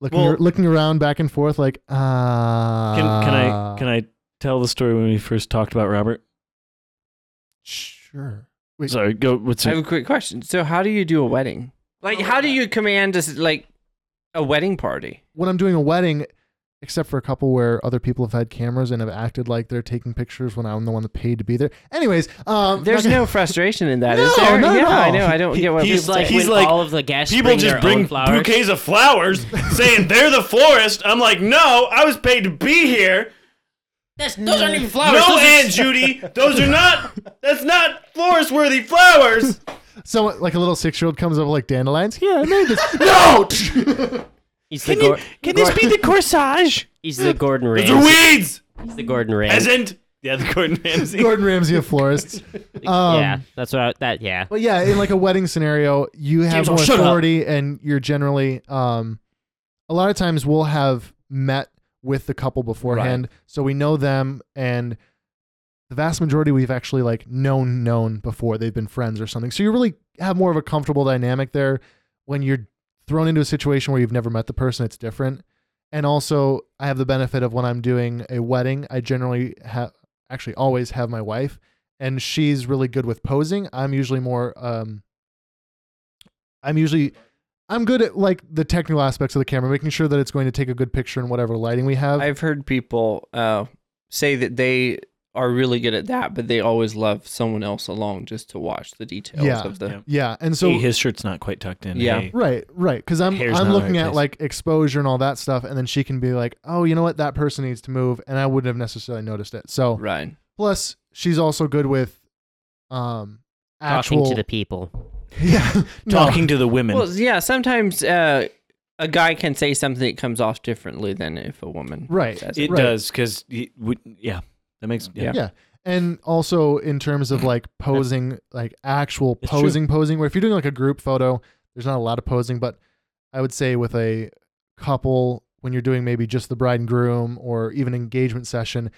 S4: looking
S1: Well-
S4: looking around back and forth, like ah.
S1: Can, can I can I tell the story when we first talked about Robert?
S4: Sure. Wait.
S1: Sorry, go. What's
S2: I have
S1: it?
S2: a quick question. So, how do you do a wedding? Like, how do you command just like a wedding party?
S4: When I'm doing a wedding, except for a couple where other people have had cameras and have acted like they're taking pictures when I'm the one that paid to be there. Anyways, um,
S2: There's no frustration in that, is
S4: No,
S2: there?
S4: not at
S2: yeah, I
S4: all.
S2: know. I don't get what
S1: He's
S2: people
S1: like-
S2: like.
S1: he's
S3: when
S1: like,
S3: all of the guests
S1: People
S3: bring
S1: just
S3: their
S1: bring
S3: own flowers.
S1: bouquets of flowers, saying they're the florist. I'm like, no, I was paid to be here.
S3: That's, those aren't even flowers.
S1: no,
S3: those are
S1: Aunt Judy, those are not. That's not florist worthy flowers.
S4: someone like a little six year old comes up with, like dandelions. Yeah, I made this. no.
S3: He's the, Gor-
S1: Can this be the corsage?
S3: he's the Gordon
S1: Those are
S3: Ramsay.
S1: weeds.
S3: He's the Gordon Ramsay.
S1: Peasant. Yeah, the Gordon Ramsay.
S4: Gordon Ramsay of florists. Um,
S3: yeah, that's what I, that. Yeah,
S4: But yeah, in like a wedding scenario, you have
S1: James, oh,
S4: more
S1: shut up.
S4: authority and you're generally um a lot of times we'll have met with the couple beforehand, so we know them and the vast majority we've actually like known known before they've been friends or something so you really have more of a comfortable dynamic there when you're thrown into a situation where you've never met the person it's different and also i have the benefit of when i'm doing a wedding i generally have actually always have my wife and she's really good with posing i'm usually more um i'm usually i'm good at like the technical aspects of the camera making sure that it's going to take a good picture in whatever lighting we have
S2: I've heard people uh, say that they are really good at that, but they always love someone else along just to watch the details
S4: Yeah.
S2: of the.
S1: Yeah.
S4: yeah and so
S1: hey, his shirt's not quite tucked in.
S2: Yeah.
S1: Hey.
S4: Right, right. Because I'm
S1: Hair's not
S4: I'm
S1: in the
S4: looking
S1: right
S4: at
S1: place.
S4: like exposure and all that stuff, and then she can be like, "Oh, you know what? That person needs to move," and I wouldn't have necessarily noticed it. So
S2: Right.
S4: plus, she's also good with um
S3: Talking
S4: actual
S3: to the people.
S4: yeah no.
S1: Talking to the women.
S2: Well, yeah. Sometimes uh, a guy can say something that comes off differently than if a woman.
S4: right
S2: Says
S1: it
S4: right.
S1: does 'cause does because yeah, that makes yeah.
S2: Yeah.
S4: and also in terms of like posing, like actual
S1: It's true.
S4: posing, posing. Where if you're doing like a group photo, there's not a lot of posing, but I would say with a couple, when you're doing maybe just the bride and groom or even engagement session,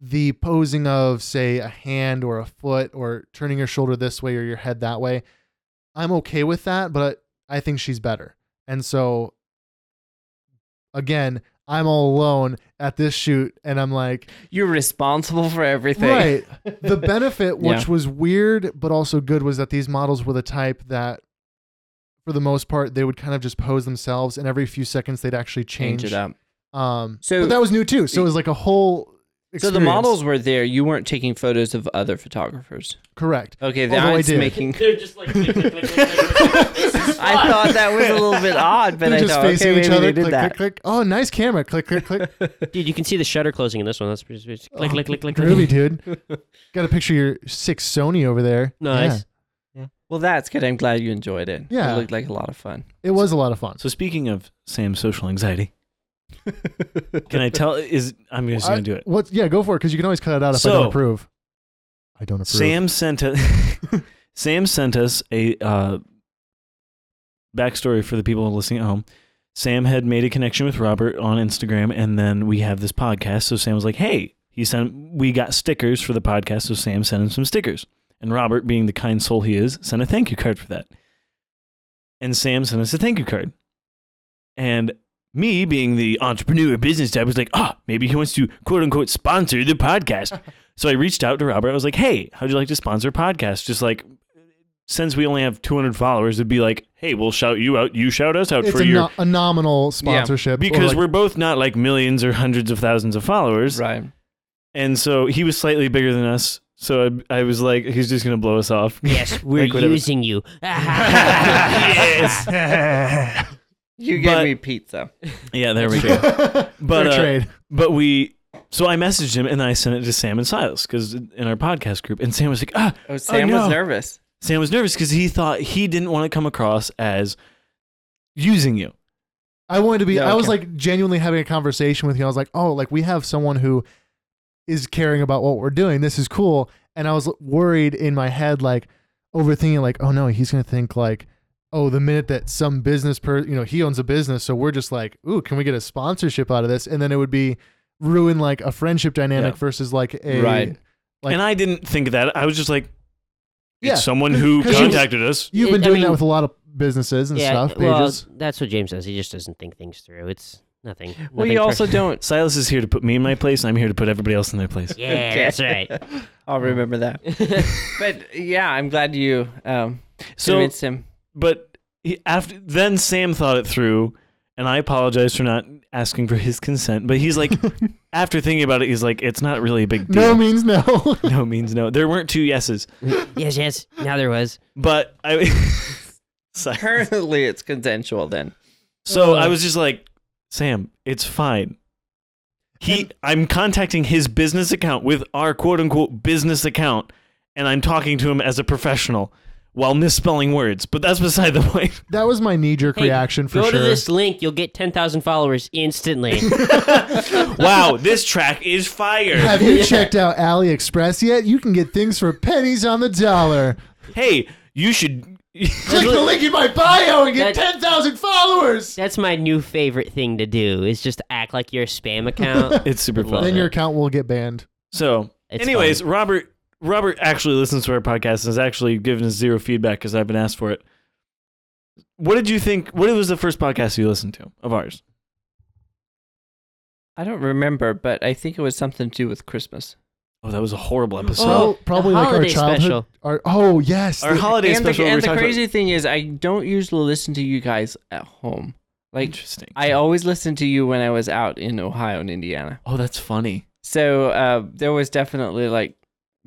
S4: the posing of say a hand or a foot or turning your shoulder this way or your head that way, I'm okay with that, but I think she's better. And so, again. I'm all alone at this shoot, and I'm like,
S2: You're responsible for everything.
S4: Right. The benefit, which was weird but also good, was that these models were the type that, for the most part, they would kind of just pose themselves, and every few seconds they'd actually change,
S2: Change it up.
S4: Um,
S2: So-
S4: but that was new too. So it was like a whole.
S2: So the
S4: experience.
S2: models were there. You weren't taking photos of other photographers.
S4: correct.
S2: Okay,
S4: Although I
S2: that's
S4: did.
S2: making.
S3: They're just like. click, click, click, click, click, click. This is
S2: I
S3: fun.
S2: thought that was a little bit odd, but
S4: They're
S2: I
S4: just
S2: thought
S4: facing
S2: okay,
S4: each
S2: maybe
S4: other.
S2: they did
S4: click,
S2: that.
S4: click, click. Oh, nice camera. Click, click, click.
S3: Dude, you can see the shutter closing in this one. That's pretty, pretty- click,
S4: Oh,
S3: click, click, click,
S4: Groovy,
S3: click.
S4: dude. Got a picture of your six Sony over there.
S3: Nice.
S2: Well, that's good. I'm glad you enjoyed it.
S4: Yeah.
S2: it looked like a lot of fun.
S4: Yeah. It was a lot of fun.
S1: So speaking of Sam's social anxiety, can I tell? Is I'm just
S4: I-
S1: gonna do it.
S4: What? Yeah, go for it because you can always cut it out if I
S1: So-
S4: don't approve. I don't approve.
S1: Sam sent us. Sam sent us a uh, backstory for the people listening at home. Sam had made a connection with Robert on Instagram, and then we have this podcast. So Sam was like, "Hey," he sent. We got stickers for the podcast, so Sam sent him some stickers. And Robert, being the kind soul he is, sent a thank you card for that. And Sam sent us a thank you card. And me, being the entrepreneur business type, was like, "Ah, maybe he wants to quote unquote sponsor the podcast." So I reached out to Robert. I was like, hey, how'd you like to sponsor a podcast? Just like, since we only have 200 followers, it'd be like, hey, we'll shout you out. You shout us out
S4: It's
S1: for
S4: a,
S1: your.
S4: no- a nominal sponsorship or
S1: because
S4: like-
S1: we're both not like millions or hundreds of thousands of followers.
S2: Right.
S1: And so he was slightly bigger than us. So I, I was like, he's just going to blow us off.
S3: Yes, we're
S1: Like whatever.
S3: using you.
S1: Yes.
S2: You gave
S1: But-
S2: me pizza.
S1: Yeah, there we go. But,
S4: Fair
S1: uh,
S4: trade.
S1: But we. So I messaged him and then I sent it to Sam and Silas because in our podcast group. And Sam was like, ah,
S2: Oh, Sam
S1: no.
S2: was nervous.
S1: Sam was nervous because he thought he didn't want to come across as using you.
S4: I wanted to be.
S2: Yeah,
S4: I was
S2: okay.
S4: like genuinely having a conversation with you. I was like, oh, like we have someone who is caring about what we're doing. This is cool. And I was worried in my head, like overthinking, like, oh no, he's gonna think like, oh, the minute that some business per, you know, he owns a business, so we're just like, ooh, can we get a sponsorship out of this? And then it would be ruin like a friendship dynamic
S1: Yeah.
S4: versus like a
S2: Right.
S4: Like-
S1: and I didn't think of that. I was just like,
S4: Yeah.
S1: it's someone who
S4: 'Cause you-
S1: contacted us.
S4: You've
S3: I-
S4: been
S3: I
S4: doing that
S3: mean-
S4: with a lot of businesses and stuff.
S3: well,
S4: Pages.
S3: that's what James does. He just doesn't think things through. It's nothing.
S2: Well,
S3: nothing
S2: you also
S3: personal.
S2: don't.
S1: Silas is here to put me in my place, and I'm here to put everybody else in their place.
S3: Yeah, that's right.
S2: I'll remember that. But yeah, I'm glad you um,
S1: So,
S2: convinced him.
S1: but he, after then, Sam thought it through, and I apologized for not asking for his consent. But he's like, after thinking about it, he's like, it's not really a big
S4: No
S1: deal.
S4: means no.
S1: no means no. There weren't two yeses,
S3: yes, yes. Now there was.
S1: but I. Sorry.
S2: Apparently, it's consensual then.
S1: So
S4: Uh.
S1: I was just like, Sam, it's fine. He, I'm contacting his business account with our quote unquote business account, and I'm talking to him as a professional while misspelling words. But that's beside the point.
S4: that was my knee jerk
S3: Hey,
S4: reaction for
S3: Go
S4: sure.
S3: to this link. You'll get 10,000 followers instantly.
S1: wow, this track is fire.
S4: Have you checked out AliExpress yet? You can get things for pennies on the dollar.
S1: Hey, you should.
S4: Click the link in my bio and get
S3: That-
S4: 10,000 followers.
S3: that's my new favorite thing to do is just act like your spam account.
S1: it's super
S3: Love
S1: fun.
S4: Then
S3: it.
S4: your account will get banned.
S1: So
S3: It's
S1: Anyways,
S3: fun.
S1: Robert Robert actually listens to our podcast and has actually given us zero feedback because I've been asked for it. What did you think? What was the first podcast you listened to of ours?
S2: I don't remember, but I think it was something to do with Christmas.
S1: Oh, that was a horrible episode.
S4: So
S3: the
S4: probably like our
S3: holiday
S4: childhood.
S3: special.
S4: Our, oh yes,
S1: our
S4: the-
S1: holiday
S2: and
S1: special.
S2: the,
S1: where
S2: and
S1: we
S2: the
S1: talked
S2: crazy thing is, I don't usually listen to you guys at
S1: about,
S2: home. Like,
S1: interesting.
S2: I always listened to you when I was out in Ohio and Indiana.
S1: oh, that's funny.
S2: So uh, there was definitely like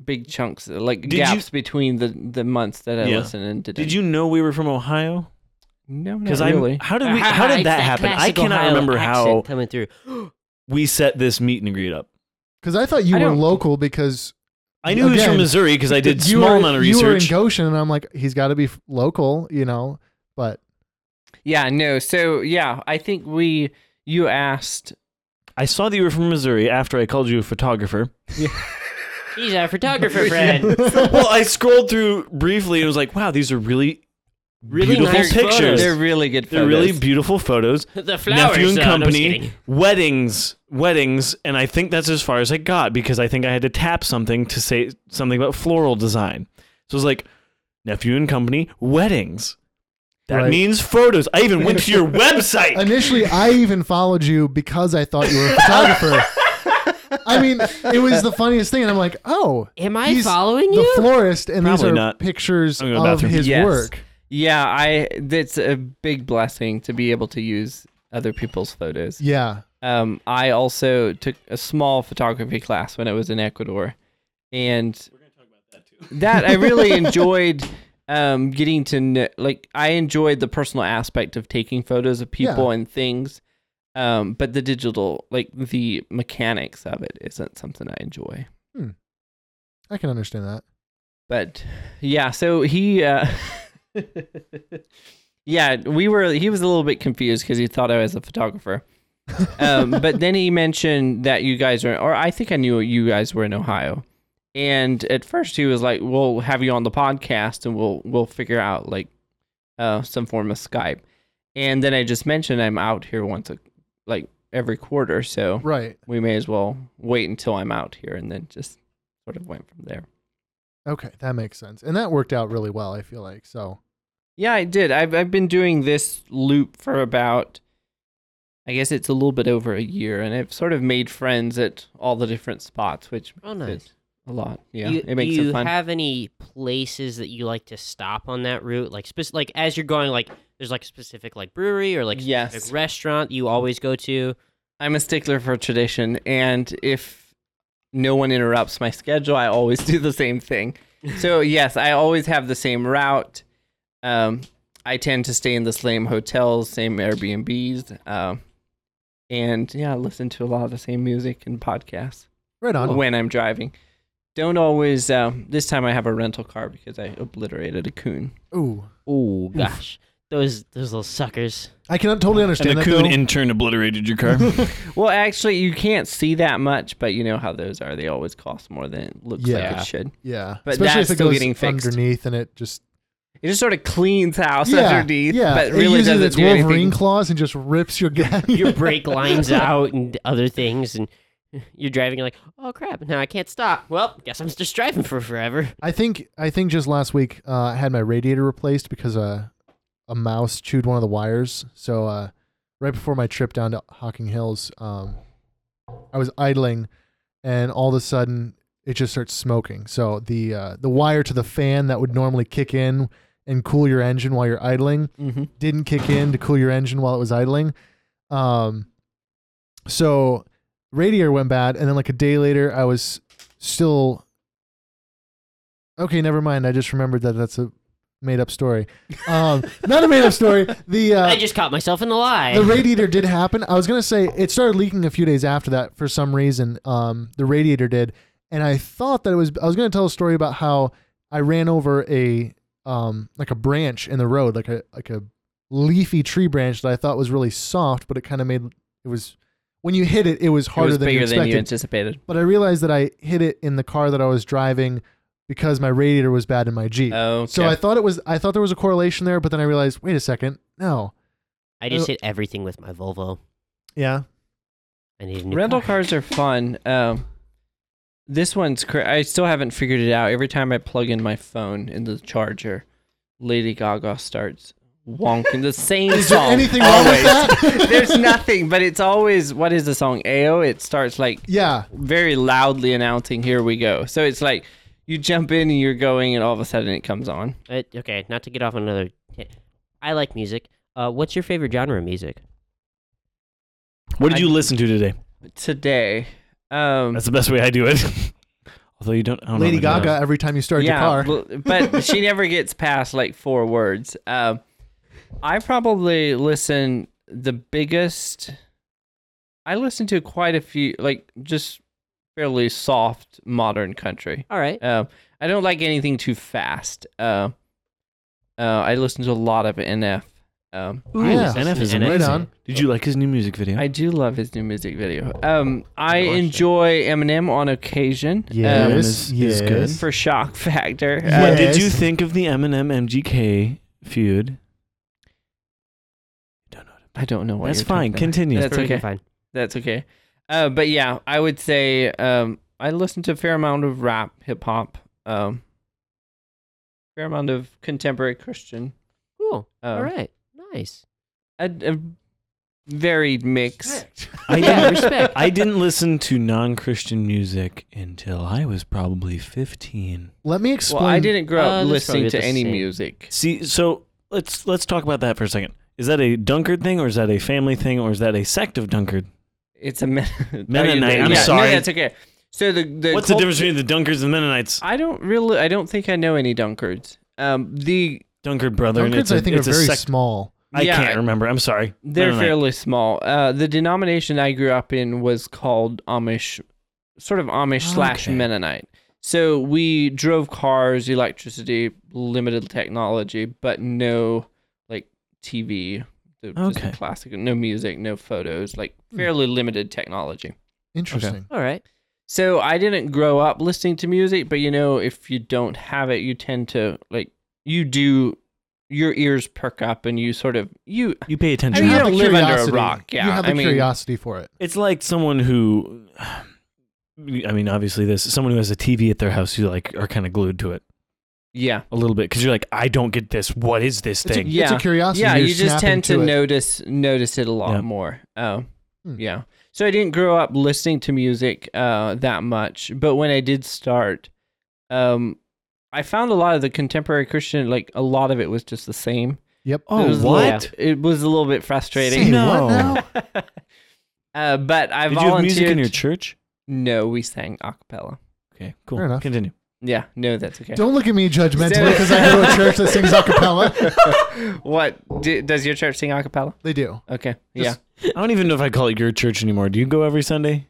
S2: big chunks, like
S1: you-
S2: gaps between the, the months that I
S1: Yeah.
S2: listened and didn't.
S1: Did you know we were from Ohio?
S2: No, not
S1: Because I
S2: really.
S1: how did we
S3: Ah,
S1: how did
S3: it's
S1: that happen? I
S3: classic
S1: cannot
S3: Ohio
S1: remember
S3: accent
S1: how
S3: coming through.
S1: we set this meet and greet up.
S4: because I thought you
S2: I
S4: were
S2: don't-
S4: local because
S1: I knew he was from
S4: Again,
S1: Missouri because I did
S4: you
S1: small
S4: were,
S1: amount of
S4: You were in
S1: research.
S4: Goshen, and I'm like, he's got to be f- local, you know. But
S2: Yeah, no. So yeah, I think we you asked.
S1: I saw that you were from Missouri after I called you a photographer.
S3: He's our photographer friend.
S1: well, I scrolled through briefly and was like, wow, these are really,
S3: Really
S1: beautiful
S3: nice
S1: pictures.
S3: photos.
S2: They're really good.
S1: They're
S2: photos.
S1: really beautiful photos.
S3: the flowers.
S1: Nephew and
S3: uh, no, I'm just kidding.
S1: company, weddings, weddings, and I think that's as far as I got because I think I had to tap something to say something about floral design. So it was like nephew and company, weddings. That
S4: Right.
S1: means photos. I even went to your website.
S4: initially, I even followed you because I thought you were a photographer. I mean, it was the funniest thing, and I'm like, oh,
S3: Am I
S4: he's
S3: following
S4: the
S3: you?
S4: florist, and these
S1: Probably
S4: are
S1: not.
S4: pictures
S1: I'm gonna
S4: of
S1: bathroom.
S4: his
S2: Yes.
S4: work.
S2: Yeah, I. That's a big blessing to be able to use other people's photos.
S4: Yeah,
S2: Um, I also took a small photography class when I was in Ecuador, and that I really enjoyed. Um, getting to know, like, I enjoyed the personal aspect of taking photos of people and things. Um, but the digital, like the mechanics of it, isn't something I enjoy.
S4: I can understand that.
S2: but yeah so he uh yeah we were he was a little bit confused because he thought i was a photographer um, but then he mentioned that you guys are or i think i knew you guys were in ohio and at first he was like we'll have you on the podcast and we'll we'll figure out like uh some form of skype and then i just mentioned i'm out here once a like every quarter so
S4: Right.
S2: we may as well wait until i'm out here and then just sort of went from there
S4: Okay, that makes sense, and that worked out really well. I feel like so.
S2: Yeah, I did. I've I've been doing this loop for about I guess it's a little bit over a year and I've sort of made friends at all the different spots, which
S3: Oh,
S2: makes
S3: nice.
S2: it a lot. Yeah.
S3: do you,
S2: it makes
S3: do you
S2: it fun.
S3: have any places that you like to stop on that route? Like, spec- like as you're going, like there's like a specific like brewery or like a
S2: Yes.
S3: specific restaurant you always go to.
S2: I'm a stickler for tradition and if no one interrupts my schedule, I always do the same thing. So yes, I always have the same route. Um I tend to stay in the same hotels, same Airbnbs, um, and yeah, I listen to a lot of the same music and podcasts.
S4: Right on.
S2: when I'm driving. Don't always. Uh, this time I have a rental car because I obliterated a coon.
S4: Ooh,
S3: Oh gosh, those those little suckers.
S4: I can totally understand
S1: and the
S4: that.
S1: coon
S4: though.
S1: intern obliterated your car.
S2: Well, actually, you can't see that much, but you know how those are. They always cost more than it looks like
S4: Yeah.
S2: it should.
S4: yeah,
S2: But
S4: especially
S2: that's
S4: if it
S2: still
S4: goes
S2: getting fixed.
S4: underneath, and it just
S2: It just sort of cleans house
S4: yeah,
S2: underneath,
S4: yeah.
S2: but
S4: It
S2: really
S4: uses
S2: doesn't
S4: its
S2: do
S4: Wolverine
S2: anything.
S4: claws and just rips your guy.
S3: Your brake lines out and other things, and you're driving. You're like, oh crap, now I can't stop. Well, guess I'm just driving for forever.
S4: I think I think just last week uh, I had my radiator replaced because uh, a mouse chewed one of the wires. So uh, right before my trip down to Hocking Hills, um, I was idling, and all of a sudden it just starts smoking. So the uh, the wire to the fan that would normally kick in and cool your engine while you're idling
S2: Mhm.
S4: didn't kick in to cool your engine while it was idling. Um, so radiator went bad, and then like a day later, I was still. Okay, never mind. I just remembered that that's a made up story. Um, not a made up story. The uh,
S3: I just caught myself in the lie.
S4: the radiator did happen. I was gonna say it started leaking a few days after that for some reason. Um, the radiator did, and I thought that it was. I was gonna tell a story about how I ran over a um like a branch in the road, like a like a leafy tree branch that I thought was really soft, but it kind of made it was when you hit it, it was
S2: It
S4: harder
S2: was
S4: than you
S2: bigger than
S4: expected
S2: you anticipated.
S4: but I realized that I hit it in the car that I was driving because my radiator was bad in my Jeep.
S2: Oh, okay.
S4: So I thought it was I thought there was a correlation there, but then I realized, wait a second, no.
S3: I just hit everything with my Volvo.
S4: Yeah.
S3: I need a new
S2: rental
S3: car.
S2: cars are fun. Um, This one's cra- I still haven't figured it out. Every time I plug in my phone in the charger, Lady Gaga starts wonking the same
S4: Is there
S2: song.
S4: anything wrong with
S2: always.
S4: that?
S2: There's nothing, but it's always what is the song? Ao. It starts like
S4: Yeah.
S2: very loudly announcing, "Here we go." So it's like you jump in and you're going, and all of a sudden it comes on.
S3: Uh, okay, not to get off on another. hit. I like music. Uh, what's your favorite genre of music?
S1: What did
S2: I-
S1: you listen to today?
S2: Today, um,
S1: That's the best way I do it. Although you don't, I don't know
S4: Lady
S1: if I do
S4: Gaga
S1: that.
S4: every time you start your car.
S2: bl- but she never gets past like four words. Um, I probably listen the biggest. I listen to quite a few, like just fairly soft modern country.
S3: All right.
S2: Um, I don't like anything too fast. Uh, uh, I listen to a lot of NF. Um,
S1: Ooh,
S4: Yeah.
S1: NF is
S3: Right
S1: amazing.
S4: on.
S1: Did you like his new music video?
S2: I do love his new music video. Um, I
S3: Gosh.
S2: enjoy Eminem on occasion.
S1: Eminem
S4: Yes.
S2: Um,
S1: is, is good.
S4: yes.
S2: for shock factor. Uh,
S1: What did
S4: Yes.
S1: you think of the Eminem MGK feud? Don't know.
S2: I don't know what
S1: That's
S2: you're
S1: fine.
S2: talking about.
S1: Continue.
S2: That's
S3: Perfectly
S2: okay.
S3: Fine.
S2: That's okay. Uh, but yeah, I would say um, I listen to a fair amount of rap, hip hop, um, fair amount of contemporary Christian.
S3: Cool.
S2: Um,
S3: All right. Nice.
S2: A, a varied mix.
S1: I
S3: Yeah.
S1: didn't,
S3: respect.
S1: I didn't listen to non-Christian music until I was probably 15.
S4: Let me explain.
S2: Well, I didn't grow
S3: Uh,
S2: up
S3: that's
S2: listening
S3: probably
S2: to
S3: the
S2: any
S3: same.
S2: music.
S1: See, so let's let's talk about that for a second. Is that a Dunkard thing, or is that a family thing, or is that a sect of Dunkard?
S2: It's a men-
S1: Mennonite,
S2: Yeah,
S1: I'm
S2: no,
S1: sorry.
S2: that's okay. So the, the
S1: What's the
S2: cult-
S1: difference between the Dunkards and Mennonites?
S2: I don't really. I don't think I know any Dunkards. Um, the
S1: Dunkard brother, and
S4: Dunkards,
S1: it's a,
S4: I think, are
S1: it's a
S4: very
S1: sect.
S4: small.
S1: I
S2: Yeah.
S1: can't remember. I'm sorry.
S2: They're
S1: Mennonite.
S2: fairly small. Uh, the denomination I grew up in was called Amish, sort of Amish slash
S1: Oh, Okay.
S2: Mennonite. So we drove cars, electricity, limited technology, but no like TV. the- just the
S1: Okay.
S2: classic, no music, no photos, like
S4: Hmm.
S2: fairly limited technology.
S4: Interesting.
S3: All right.
S2: So I didn't grow up listening to music, but you know, if you don't have it, you tend to like you do. Your ears perk up, and you sort of you
S1: You pay
S2: I
S1: attention.
S2: mean,
S4: You
S2: you don't
S4: have a
S2: live under a
S4: curiosity.
S2: rock, yeah,
S4: You have a
S2: I mean-
S4: curiosity for it.
S1: It's like someone who, I mean, obviously this someone who has a TV at their house who like are kind of glued to it
S2: yeah.
S1: a little bit because you're like, I don't get this. What is this
S4: It's a,
S1: thing?
S2: Yeah.
S4: it's a curiosity.
S2: yeah
S4: You're
S2: you just
S4: snapping
S2: tend to
S4: it.
S2: notice notice it a lot
S1: Yeah.
S2: more oh
S4: Hmm.
S2: yeah so i didn't grow up listening to music uh that much but when i did start um i found a lot of the contemporary christian like a lot of it was just the same
S4: Yep.
S2: it
S1: oh,
S2: was a
S1: what?
S2: little- it was a little bit
S4: Say
S2: frustrating
S1: No.
S4: what now?
S2: uh but i
S1: Did you have
S2: volunteered
S1: music in your church?
S2: no we sang a cappella
S1: Okay, cool.
S4: Fair enough.
S1: Continue.
S2: yeah no that's okay
S4: Don't look at me judgmentally
S2: So-
S4: because I go to a church that sings a cappella.
S2: what do, does your church sing a cappella
S4: They do.
S2: okay
S4: Just-
S1: I don't even know if I call it your church anymore. Do you go every Sunday?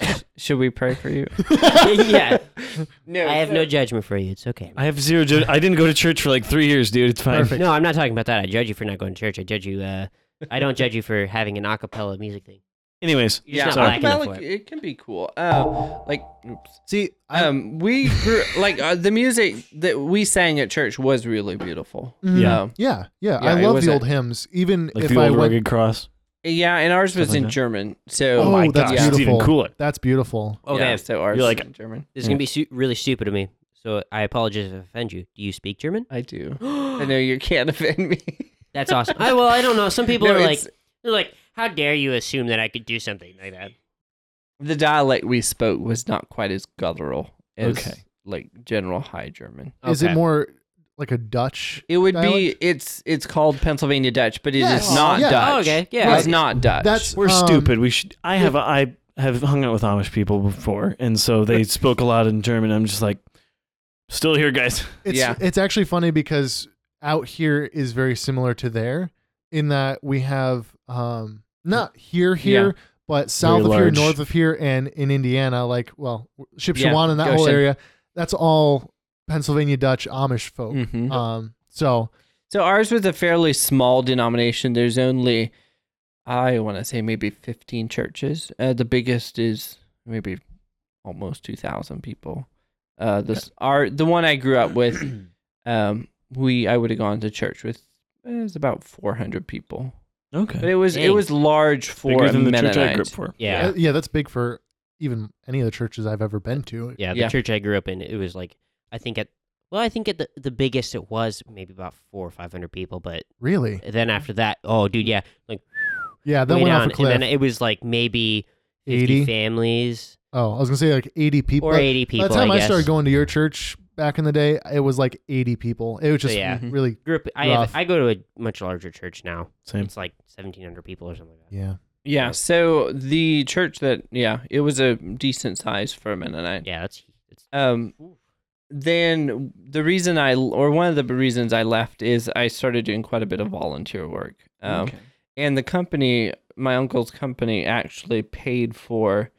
S2: yeah should we pray for you
S3: yeah.
S2: no
S3: I have
S2: so-
S3: no judgment for you. It's okay.
S1: I have zero. Ju- I didn't go to church for like three years, dude. It's fine.
S4: Perfect.
S3: No, I'm not talking about that. I judge you for not going to church. I judge you. Uh, I don't judge you for having an acapella music thing.
S1: Anyways,
S3: You're just
S1: not
S3: black enough
S2: Well,
S3: for
S2: it, it can be cool. Uh, like, oops.
S4: See, I,
S2: um, we grew like uh, the music that we sang at church was really beautiful.
S4: mm,
S1: yeah.
S2: Um,
S4: yeah, yeah,
S2: Yeah,
S4: I
S2: it
S4: love
S2: was
S4: the
S2: a-
S4: old hymns. Even
S1: like
S4: if
S1: the
S4: I
S1: old
S4: went,
S1: rugged cross.
S2: yeah, and ours was
S1: Stuff like
S2: in
S1: that.
S2: German,
S1: Oh,
S2: so
S1: my
S4: Oh, that's
S1: gosh, it's even
S4: beautiful.
S1: cooler.
S4: that's beautiful.
S3: Okay.
S2: yeah, so ours
S1: You're
S2: was
S1: like-
S2: in German.
S3: This is gonna be su- really stupid of me. So I apologize if I offend you. Do you speak German?
S2: I do. I know you can't offend me.
S3: That's awesome. I, well, I don't know. Some people
S2: No,
S3: are like,
S2: it's-
S3: they're like, how dare you assume that I could do something like that?
S2: the dialect we spoke was not quite as guttural as
S1: Okay.
S2: like general High German.
S4: Is it
S3: Okay.
S4: more like a Dutch?
S2: It would
S4: Dialect?
S2: be it's it's called Pennsylvania Dutch, but it is
S4: Yes.
S2: not
S4: Yeah.
S2: Dutch.
S3: Oh, okay. Yeah.
S2: it's not Dutch.
S4: That's
S1: We're
S4: um,
S1: stupid. We should. I have. I have hung out with Amish people before, and so they spoke a lot in German. I'm just like, still here, guys.
S4: It's,
S2: Yeah.
S4: it's actually funny because out here is very similar to there in that we have um not here here
S2: Yeah.
S4: but
S1: Very
S4: south of here
S1: large.
S4: north of here and in Indiana like well Shipshawana
S2: Yeah,
S4: and that whole
S2: Goshen.
S4: area that's all Pennsylvania Dutch Amish folk.
S3: Mm-hmm.
S2: Mhm.
S4: Um so
S2: So ours was a fairly small denomination. There's only, I want to say maybe 15 churches. Uh, the biggest is maybe almost 2,000 people. Uh, this our the one I grew up with. Um, we I would have gone to church with uh, it was about 400 people, but
S1: Okay.
S2: it was it
S3: Dang.
S2: was large for
S1: Bigger
S2: a
S1: than the
S2: Mennonite.
S1: church I grew up for.
S3: Yeah.
S4: uh, yeah that's big for even any of the churches I've ever been to.
S3: Yeah, the
S2: Yeah.
S3: church I grew up in, it was like I think at well, I think at the, the biggest it was maybe about four or five hundred people, but
S4: Really?
S3: then after that, oh dude, yeah, like
S4: Yeah, that
S3: way
S4: went
S3: down,
S4: off a cliff.
S3: and then it was like maybe 50
S4: 80?
S3: families
S4: oh, I was gonna say like eighty people.
S3: or eighty people.
S4: By the time I,
S3: I guess.
S4: started going to your church back in the day, it was like eighty people. It was
S3: So,
S4: just
S3: yeah.
S2: Mm-hmm.
S4: really
S3: Group, I have,
S4: rough.
S3: I go to a much larger church now.
S1: Same.
S3: It's like seventeen hundred people or something like that.
S4: yeah.
S2: Yeah. So the church that yeah, it was a decent size for a Mennonite.
S3: Yeah, that's it's
S2: Um, then the reason I or one of the reasons I left is I started doing quite a bit of volunteer work. Um, and the company, my uncle's company, actually paid for.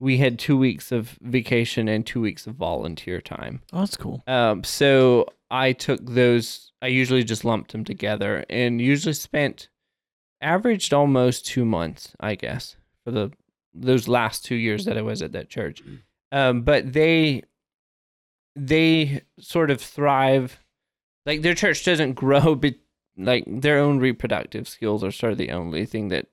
S2: We had two weeks of vacation and two weeks of volunteer time.
S1: Oh, that's cool.
S2: Um, so I took those. I usually just lumped them together, and usually spent averaged almost two months, I guess, for the those last two years that I was at that church.
S1: Mm.
S2: Um, but they they sort of thrive, like their church doesn't grow, but like their own reproductive skills are sort of the only thing that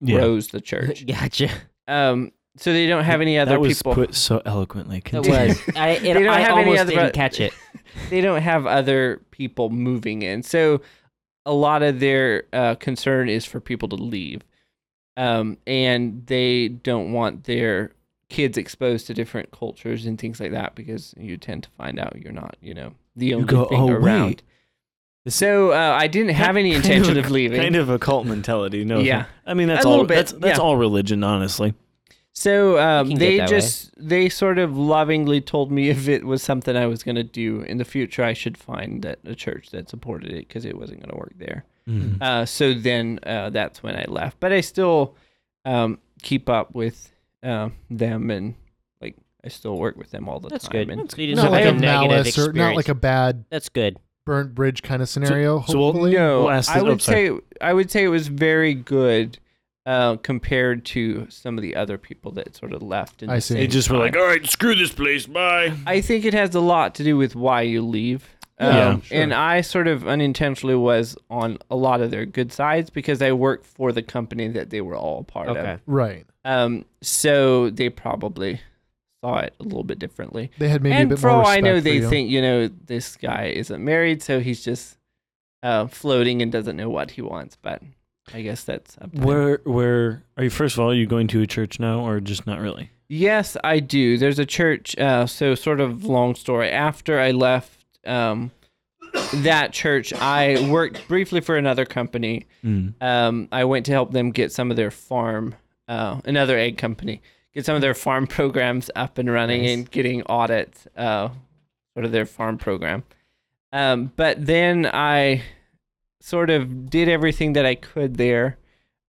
S1: Yeah.
S2: grows the church.
S3: gotcha.
S2: Um, so they don't have any other
S1: that was
S2: people.
S1: put so eloquently.
S3: That
S1: Continue.
S3: was I. It,
S2: They don't
S3: I
S2: have any
S3: almost
S2: other-
S3: didn't catch it.
S2: they don't have other people moving in. So a lot of their uh, concern is for people to leave. Um, and they don't want their kids exposed to different cultures and things like that because you tend to find out you're not, you know, the only
S1: go,
S2: thing
S1: "Oh,
S2: around.
S1: wait."
S2: So uh, I didn't have any
S1: Kind of
S2: intention
S1: a-
S2: of, leaving.
S1: Kind of a cult mentality. No.
S2: Yeah.
S1: offense. I mean, that's
S2: A little
S1: all.
S2: bit,
S1: That's that's
S2: yeah.
S1: all religion, honestly.
S2: So um,
S3: can get
S2: they
S3: that
S2: just they sort of lovingly told me if it was something I was going to do in the future, I should find that a church that supported it because it wasn't going to work there.
S1: Mhm.
S2: Uh, so then uh, that's when I left. But I still um, keep up with uh, them and like I still work with them all the
S3: That's
S2: time.
S3: good.
S2: And,
S3: So you didn't
S4: Not
S3: have
S4: like
S3: like
S4: a
S3: a negative
S4: malice or not
S3: experience.
S4: like a bad
S3: That's good.
S4: burnt bridge kind of scenario.
S1: so we'll-
S4: hopefully.
S2: no,
S1: We'll ask
S2: I
S4: oh,
S1: the-
S2: would
S1: oops, sorry.
S2: say I would say it was very good uh, compared to some of the other people that sort of left. in
S4: I
S2: the
S4: see.
S1: They
S2: same
S1: just were
S2: time.
S1: like, all right, screw this place. Bye.
S3: "Oh."
S2: I think it has a lot to do with why you leave.
S1: Yeah,
S2: Um,
S4: sure.
S2: And I sort of unintentionally was on a lot of their good sides because I worked for the company that they were all a part
S3: Okay.
S2: of.
S4: Right.
S2: Um, so they probably saw it a little bit differently.
S4: They had maybe a
S2: and
S4: bit
S2: for
S4: more
S2: all
S4: respect
S2: I know,
S4: for
S2: they
S4: you.
S2: think, you know, this guy isn't married, so he's just uh, floating and doesn't know what he wants. But I guess that's up to them.
S1: Where where are you? First of all, are you going to a church now, or just not really?
S2: Yes, I do. There's a church. Uh, so sort of long story. After I left um, that church, I worked briefly for another company.
S1: Mm.
S2: Um, I went to help them get some of their farm, uh, another egg company, get some of their farm programs up and running
S3: Nice.
S2: and getting audits, uh, sort of their farm program. Um, but then I sort of did everything that I could there.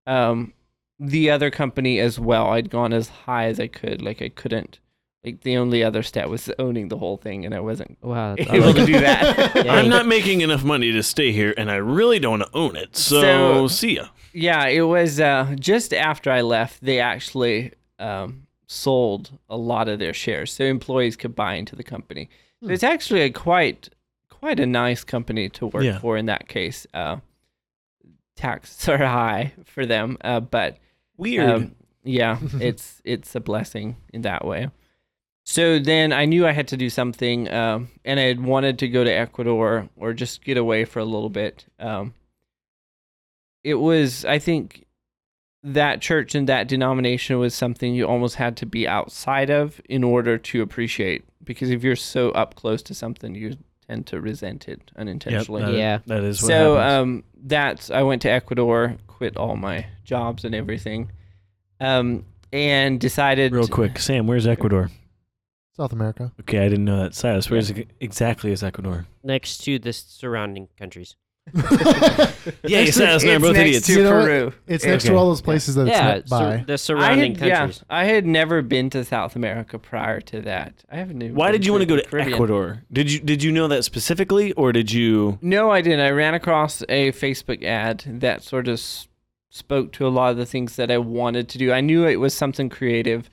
S2: Um, the other company as well, I'd gone as high as I could. Like I couldn't, like the only other stat was owning the whole thing, and I wasn't
S3: Wow. that's
S2: able to
S3: awesome.
S2: do that.
S3: Yeah,
S1: I'm
S3: you-
S1: not making enough money to stay here, and I really don't want to own it. So,
S2: So- um,
S1: see ya.
S2: Yeah, it was uh, just after I left. They actually um, sold a lot of their shares, so employees could buy into the company. So it's actually a quite quite a nice company to work
S1: Yeah.
S2: for in that case. Uh, taxes are high for them, uh, but
S1: Weird.
S2: um, yeah, it's it's a blessing in that way. So then I knew I had to do something, um, and I had wanted to go to Ecuador or just get away for a little bit. Um, it was, I think, that church and that denomination was something you almost had to be outside of in order to appreciate. Because if you're so up close to something, you tend to resent it
S1: Yep,
S2: unintentionally
S1: that-
S3: Yeah.
S1: that is what
S2: so
S1: happens.
S2: um that's I went to Ecuador, quit all my jobs and everything. Um and decided
S1: Real quick, Sam, where's Ecuador?
S4: South America.
S1: Okay, I didn't know that. Silas, where's exactly is Ecuador?
S3: next to the surrounding countries.
S1: Yeah,
S2: it's,
S1: Silas and I are
S2: it's
S1: both
S2: next
S1: idiots.
S2: to
S4: You know what?
S2: Peru.
S4: It's next
S1: Okay.
S4: to all those places that
S3: yeah,
S4: it's
S3: sur-
S4: not by.
S3: the
S2: I
S3: surrounding
S2: had, yeah,
S3: countries.
S2: I had never been to South America prior to that. I haven't even
S1: Why
S2: been
S1: did you want to go
S2: the
S1: to
S2: Caribbean.
S1: Ecuador? Did you did you know that specifically, or did you?
S2: No, I didn't. I ran across a Facebook ad that sort of s- spoke to a lot of the things that I wanted to do. I knew it was something creative.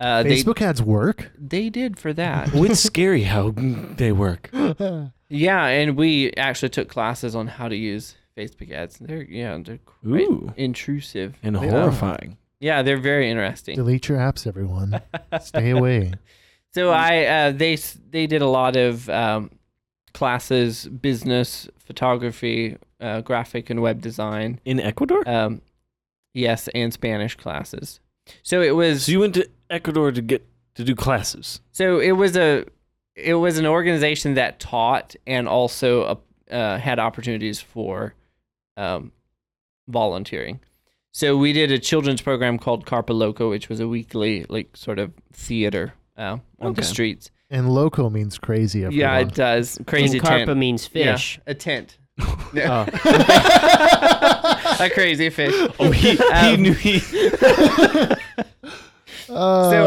S2: Uh,
S4: Facebook ads work.
S2: They, they did for that.
S1: Oh, it's scary how they work.
S2: Yeah, and we actually took classes on how to use Facebook ads. They're yeah, they're quite
S1: Ooh,
S2: intrusive.
S1: and
S4: They are.
S1: horrifying.
S2: Yeah, they're very interesting.
S4: Delete your apps, everyone. Stay away.
S2: So I uh, they s- they did a lot of um, classes, business, photography, uh, graphic and web design.
S1: in Ecuador.
S2: Um, yes, and Spanish classes. So it was
S1: so you went to Ecuador to get to do classes.
S2: So it was a it was an organization that taught and also uh, uh, had opportunities for um, volunteering. So we did a children's program called Carpa Loco, which was a weekly like sort of theater uh, on
S1: Okay.
S2: the streets.
S4: And loco means crazy. Everyone.
S2: Yeah, it does. Crazy
S3: and carpa
S2: tent.
S3: means
S2: Yeah,
S3: fish.
S2: a tent.
S4: Oh.
S2: a crazy fish.
S1: Oh, he, he
S2: Um,
S1: knew he.
S2: So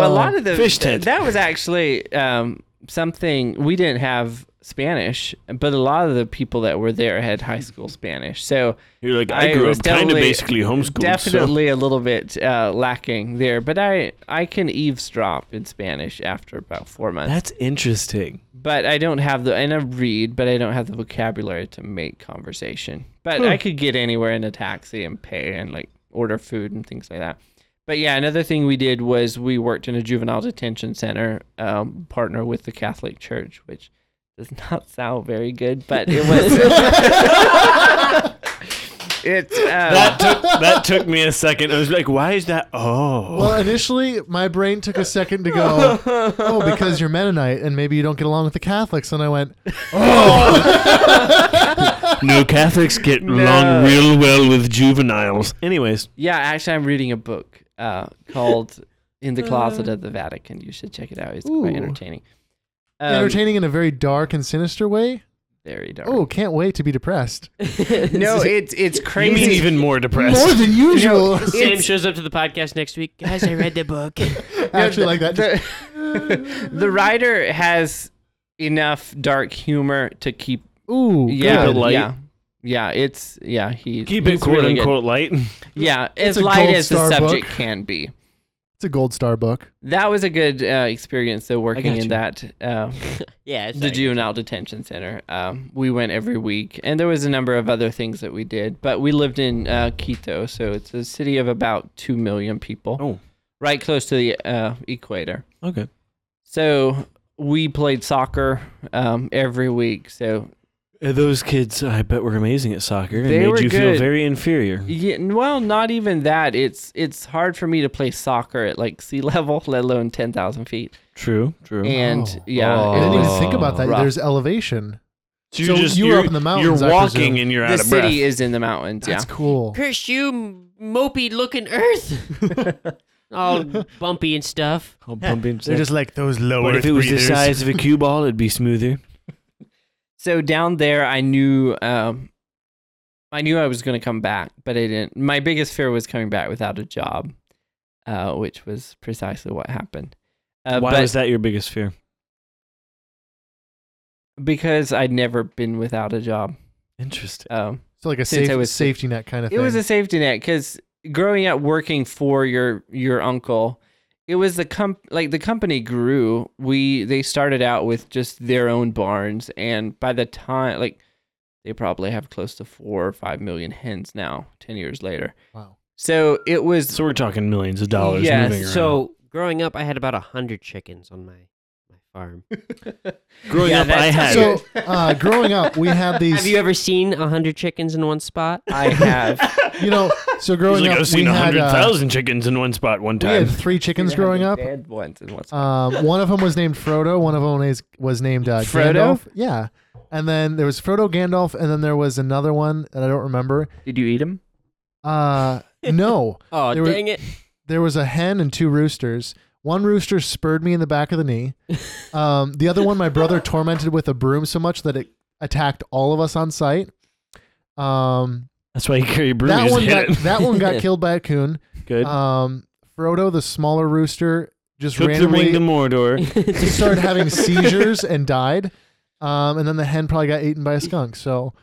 S2: a lot of the
S1: Fish tent.
S2: That was actually um, something we didn't have Spanish, but a lot of the people that were there had high school Spanish. So
S1: You're like I, grew
S2: was
S1: up kind of
S2: definitely-
S1: basically homeschooled.
S2: Definitely a little bit uh, lacking there, but I I can eavesdrop in Spanish after about four
S1: So.
S2: months.
S1: That's interesting.
S2: but I don't have the and I read, but I don't have the vocabulary to make conversation. But I could get anywhere in a taxi and pay and like order food and things like that. But yeah, another thing we did was we worked in a juvenile detention center, um, partner with the Catholic Church, which does not sound very good, but it was. it um,
S1: That took that took me a second. I was like, why is that? Oh,
S4: Well, initially, my brain took a second to go, oh, because you're Mennonite and maybe you don't get along with the Catholics. And I went,
S1: no Catholics get along real well with juveniles. Anyways,
S2: Yeah, actually, I'm reading a book uh, called "In the Closet of the Vatican." You should check it out. It's quite
S4: Ooh.
S2: entertaining. Um,
S4: entertaining in a very dark and sinister way.
S2: Very dark.
S4: Oh, can't wait to be depressed.
S2: no, it's it's
S1: you mean
S2: crazy.
S1: even more depressed.
S4: More than usual.
S3: Sam
S2: It's-
S3: shows up to the podcast next week. Guys, I read the book.
S4: I actually like that. Just-
S2: the, the writer has enough dark humor to keep.
S4: Ooh,
S2: Yeah,
S1: it light.
S2: yeah, yeah. It's yeah. He
S1: Keep it
S2: he's
S1: quote
S2: really good.
S1: unquote light.
S2: Yeah, as
S4: It's a
S2: light
S4: gold
S2: as the
S4: star
S2: subject
S4: book.
S2: can be.
S4: it's a gold star book.
S2: That was a good uh, experience though, working
S1: got
S2: in
S1: you.
S2: that. Uh,
S3: yeah.
S2: the juvenile detention center. Um, we went every week, and there was a number of other things that we did. But we lived in uh, Quito, so it's a city of about two million people,
S1: Oh,
S2: right close to the uh, equator.
S1: okay.
S2: So we played soccer um, every week. So
S1: Uh, Those kids, I bet, were amazing at soccer and
S2: They
S1: made
S2: were
S1: you feel
S2: good.
S1: very inferior.
S2: yeah, well, not even that. It's it's hard for me to play soccer at like sea level, let alone ten thousand feet.
S1: True, true.
S2: And
S4: Oh.
S2: yeah,
S1: Oh.
S4: I didn't
S2: it was-
S4: even think about that.
S2: Rough.
S4: There's elevation.
S1: so
S4: so you were
S1: you're-
S4: up in the mountains, I
S1: You're walking
S4: presume.
S1: and you're
S2: the
S1: out of breath.
S2: city is in the mountains.
S4: That's
S2: yeah,
S4: cool.
S3: Curse you, mopey looking earth. All bumpy and stuff.
S1: I'll bump into that.
S4: like those low
S1: but if it was the size of a cue ball, it'd be smoother.
S2: so down there i knew um i knew i was going to come back but i didn't my biggest fear was coming back without a job uh which was precisely what happened uh,
S1: Why
S2: but
S1: was that your biggest fear?
S2: because i'd never been without a job
S1: Interesting.
S2: um
S4: So like a
S2: Since I
S4: safe,
S2: was-
S4: safety net kind of
S2: it
S4: thing.
S2: was a safety net because growing up working for your your uncle it was the comp like the company grew we they started out with just their own barns and by the time like they probably have close to four or five million hens now 10 years later
S4: wow.
S2: So it was
S1: so we're talking millions of dollars
S2: Yes,
S1: moving around.
S3: So growing up, I had about a hundred chickens on my my farm.
S1: growing
S2: Yeah,
S1: up,
S2: that's
S1: I had
S4: So uh, growing up, we had these.
S3: Have you ever seen a hundred chickens in one spot?
S2: I have
S4: you know, so
S1: He's
S4: growing
S1: like,
S4: up,
S1: I've seen
S4: we had, uh,
S1: 100,000 chickens in one spot one
S4: we
S1: time.
S4: had three chickens growing up.
S2: Dead ones and what's
S4: Um, one of them was named Frodo. One of them is, was named uh,
S2: Frodo?
S4: Gandalf. Yeah, and then there was Frodo Gandalf, and then there was another one that I don't remember.
S2: Did you eat them?
S4: Uh, no,
S3: Oh
S4: There were-
S3: dang it!
S4: there was a hen and two roosters. One rooster spurred me in the back of the knee. Um, the other one, my brother tormented with a broom so much that it attacked all of us on sight. Um,
S1: That's why you carry brooms.
S4: that one
S1: hit
S4: got
S1: it.
S4: that one got killed by a coon.
S1: Good.
S4: Um, Frodo, the smaller rooster, just
S1: Took the
S4: randomly
S1: ring to Mordor.
S4: just started having seizures and died. Um, and then the hen probably got eaten by a skunk. So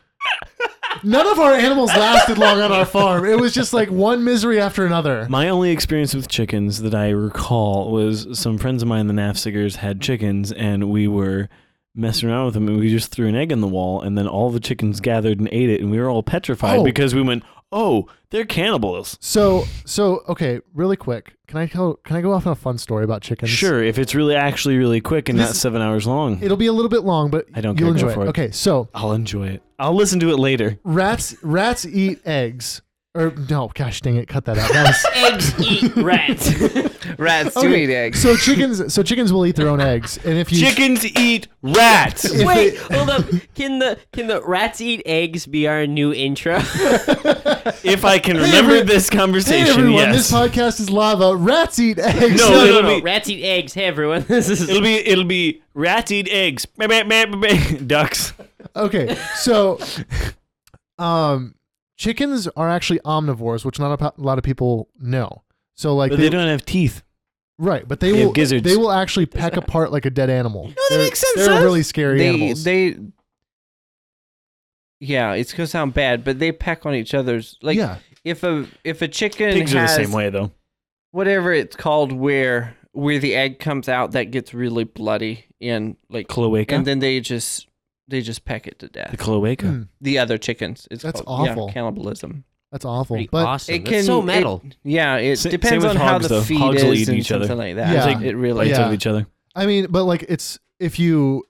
S4: none of our animals lasted long on our farm. It was just like one misery after another.
S1: My only experience with chickens that I recall was some friends of mine, the Nafsigers, had chickens, and we were messing around with them, and we just threw an egg in the wall, and then all the chickens gathered and ate it, and we were all petrified
S4: Oh.
S1: because we went, oh, they're cannibals.
S4: So so okay, really quick. Can I tell? Can I go off on a fun story about chickens?
S1: Sure, if it's really actually really quick and
S4: This-
S1: not seven hours long,
S4: It'll be a little bit long, but
S1: I don't
S4: you'll
S1: care, go
S4: enjoy
S1: for
S4: it.
S1: it.
S4: Okay, so
S1: I'll enjoy it. I'll listen to it later.
S4: rats rats eat eggs. Or no, gosh dang it, cut that out. That was-
S3: Eggs eat rats.
S2: Rats do
S4: Okay,
S2: eat eggs.
S4: Oh, So chickens so chickens will eat their own eggs. And if you
S1: Chickens eat rats.
S4: If
S3: Wait,
S4: it-
S3: hold up. Can the can the rats eat eggs be our new intro?
S1: if I can remember
S4: every-
S1: this
S4: Hey
S1: conversation,
S4: everyone,
S1: yes.
S4: this podcast is lava. Rats eat eggs.
S1: No,
S3: no,
S1: it'll
S3: no, no.
S1: be-
S3: Rats eat eggs. Hey, everyone. This is
S1: It'll be it'll be rats eat eggs. Meh, meh, meh, meh, meh. Ducks.
S4: okay, so um chickens are actually omnivores, which not a po- lot of people know. So like
S1: But they don't have teeth.
S4: right, but they,
S1: they have
S4: will
S1: gizzards.
S4: they will actually peck apart like a dead animal. No,
S1: that makes sense,
S4: They're
S1: huh?
S4: really scary
S2: they
S4: animals.
S2: they. Yeah, it's gonna sound bad, but they peck on each other's. Like
S4: yeah.
S2: if a if a chicken
S1: Pigs are the
S2: has
S1: same way though.
S2: whatever it's called, where where the egg comes out, that gets really bloody and like,
S1: Cloaca.
S2: and then they just they just peck it to
S1: the
S2: death.
S1: cloaca.
S4: Hmm,
S2: the other chickens. It's
S4: That's
S2: called, yeah,
S4: awful.
S2: cannibalism.
S4: that's awful.
S3: pretty
S4: But
S3: awesome.
S2: It
S3: That's so metal.
S2: it- yeah, it
S1: Sa- same
S2: depends
S1: with
S2: on how
S1: hogs,
S2: the
S1: though.
S2: feed
S1: Hogs will eat
S2: is and
S1: each other.
S2: something like that.
S4: Yeah.
S2: It really.
S1: Bites
S4: Yeah.
S1: of each other.
S4: I mean, but like it's if you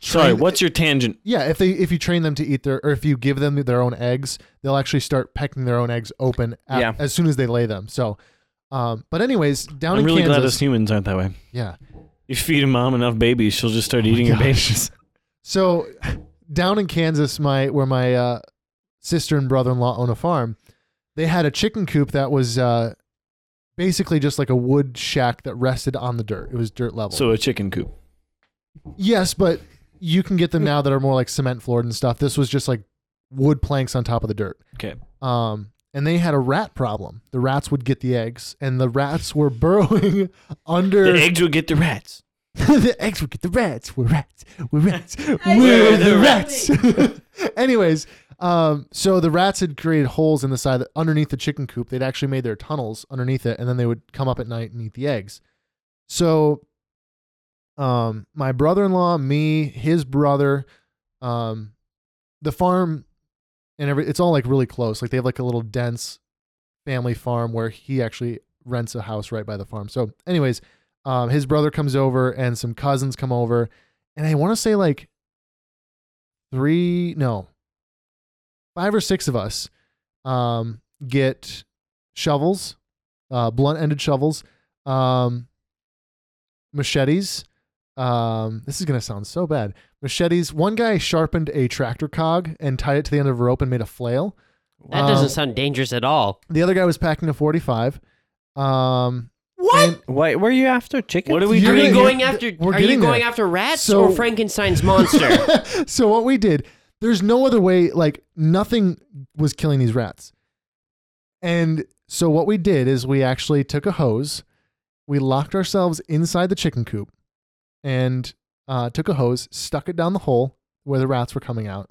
S1: Sorry,
S4: train-
S1: what's your tangent?
S4: Yeah, if they if you train them to eat their or if you give them their own eggs, they'll actually start pecking their own eggs open at,
S2: Yeah.
S4: as soon as they lay them. So, um, but anyways, down
S1: I'm
S4: in
S1: really glad us
S4: Kansas,
S1: humans aren't that way.
S4: yeah.
S1: You feed a mom enough babies, she'll just start
S4: Oh my
S1: eating your
S4: gosh.
S1: babies.
S4: So, down in Kansas, my where my uh, sister and brother in law own a farm, they had a chicken coop that was uh, basically just like a wood shack that rested on the dirt. It was dirt level.
S1: So a chicken coop.
S4: yes, but you can get them now that are more like cement floored and stuff. This was just like wood planks on top of the dirt.
S1: Okay.
S4: um, and they had a rat problem. The rats would get the eggs, and the rats were burrowing under
S1: The eggs will get the rats.
S4: the eggs would get the rats. We're rats. We're rats. We're,
S1: We're
S4: the,
S1: the
S4: rats. Anyways, um, so the rats had created holes in the side underneath the chicken coop. They'd actually made their tunnels underneath it, and then they would come up at night and eat the eggs. So, um, my brother-in-law, me, his brother, um, the farm, and every it's all like really close. Like they have like a little dense family farm where he actually rents a house right by the farm. So, anyways um, his brother comes over and some cousins come over and i want to say like three no five or six of us um, get shovels uh, blunt-ended shovels um, machetes um, this is going to sound so bad machetes one guy sharpened a tractor cog and tied it to the end of a rope and made a flail
S3: that
S4: Um,
S3: doesn't sound dangerous at all.
S4: the other guy was packing a 45 um,
S3: What?
S4: and-
S2: Why were you after chicken?
S1: What are we
S4: You're
S3: Are
S1: doing?
S3: you
S4: gonna-
S3: going
S4: you're-
S3: after?
S4: we're
S3: are you
S4: getting
S3: going
S4: there.
S3: after rats
S4: So-
S3: or Frankenstein's monster?
S4: so what we did, there's no other way, like nothing was killing these rats. And so what we did is we actually took a hose, we locked ourselves inside the chicken coop and uh, took a hose, stuck it down the hole where the rats were coming out.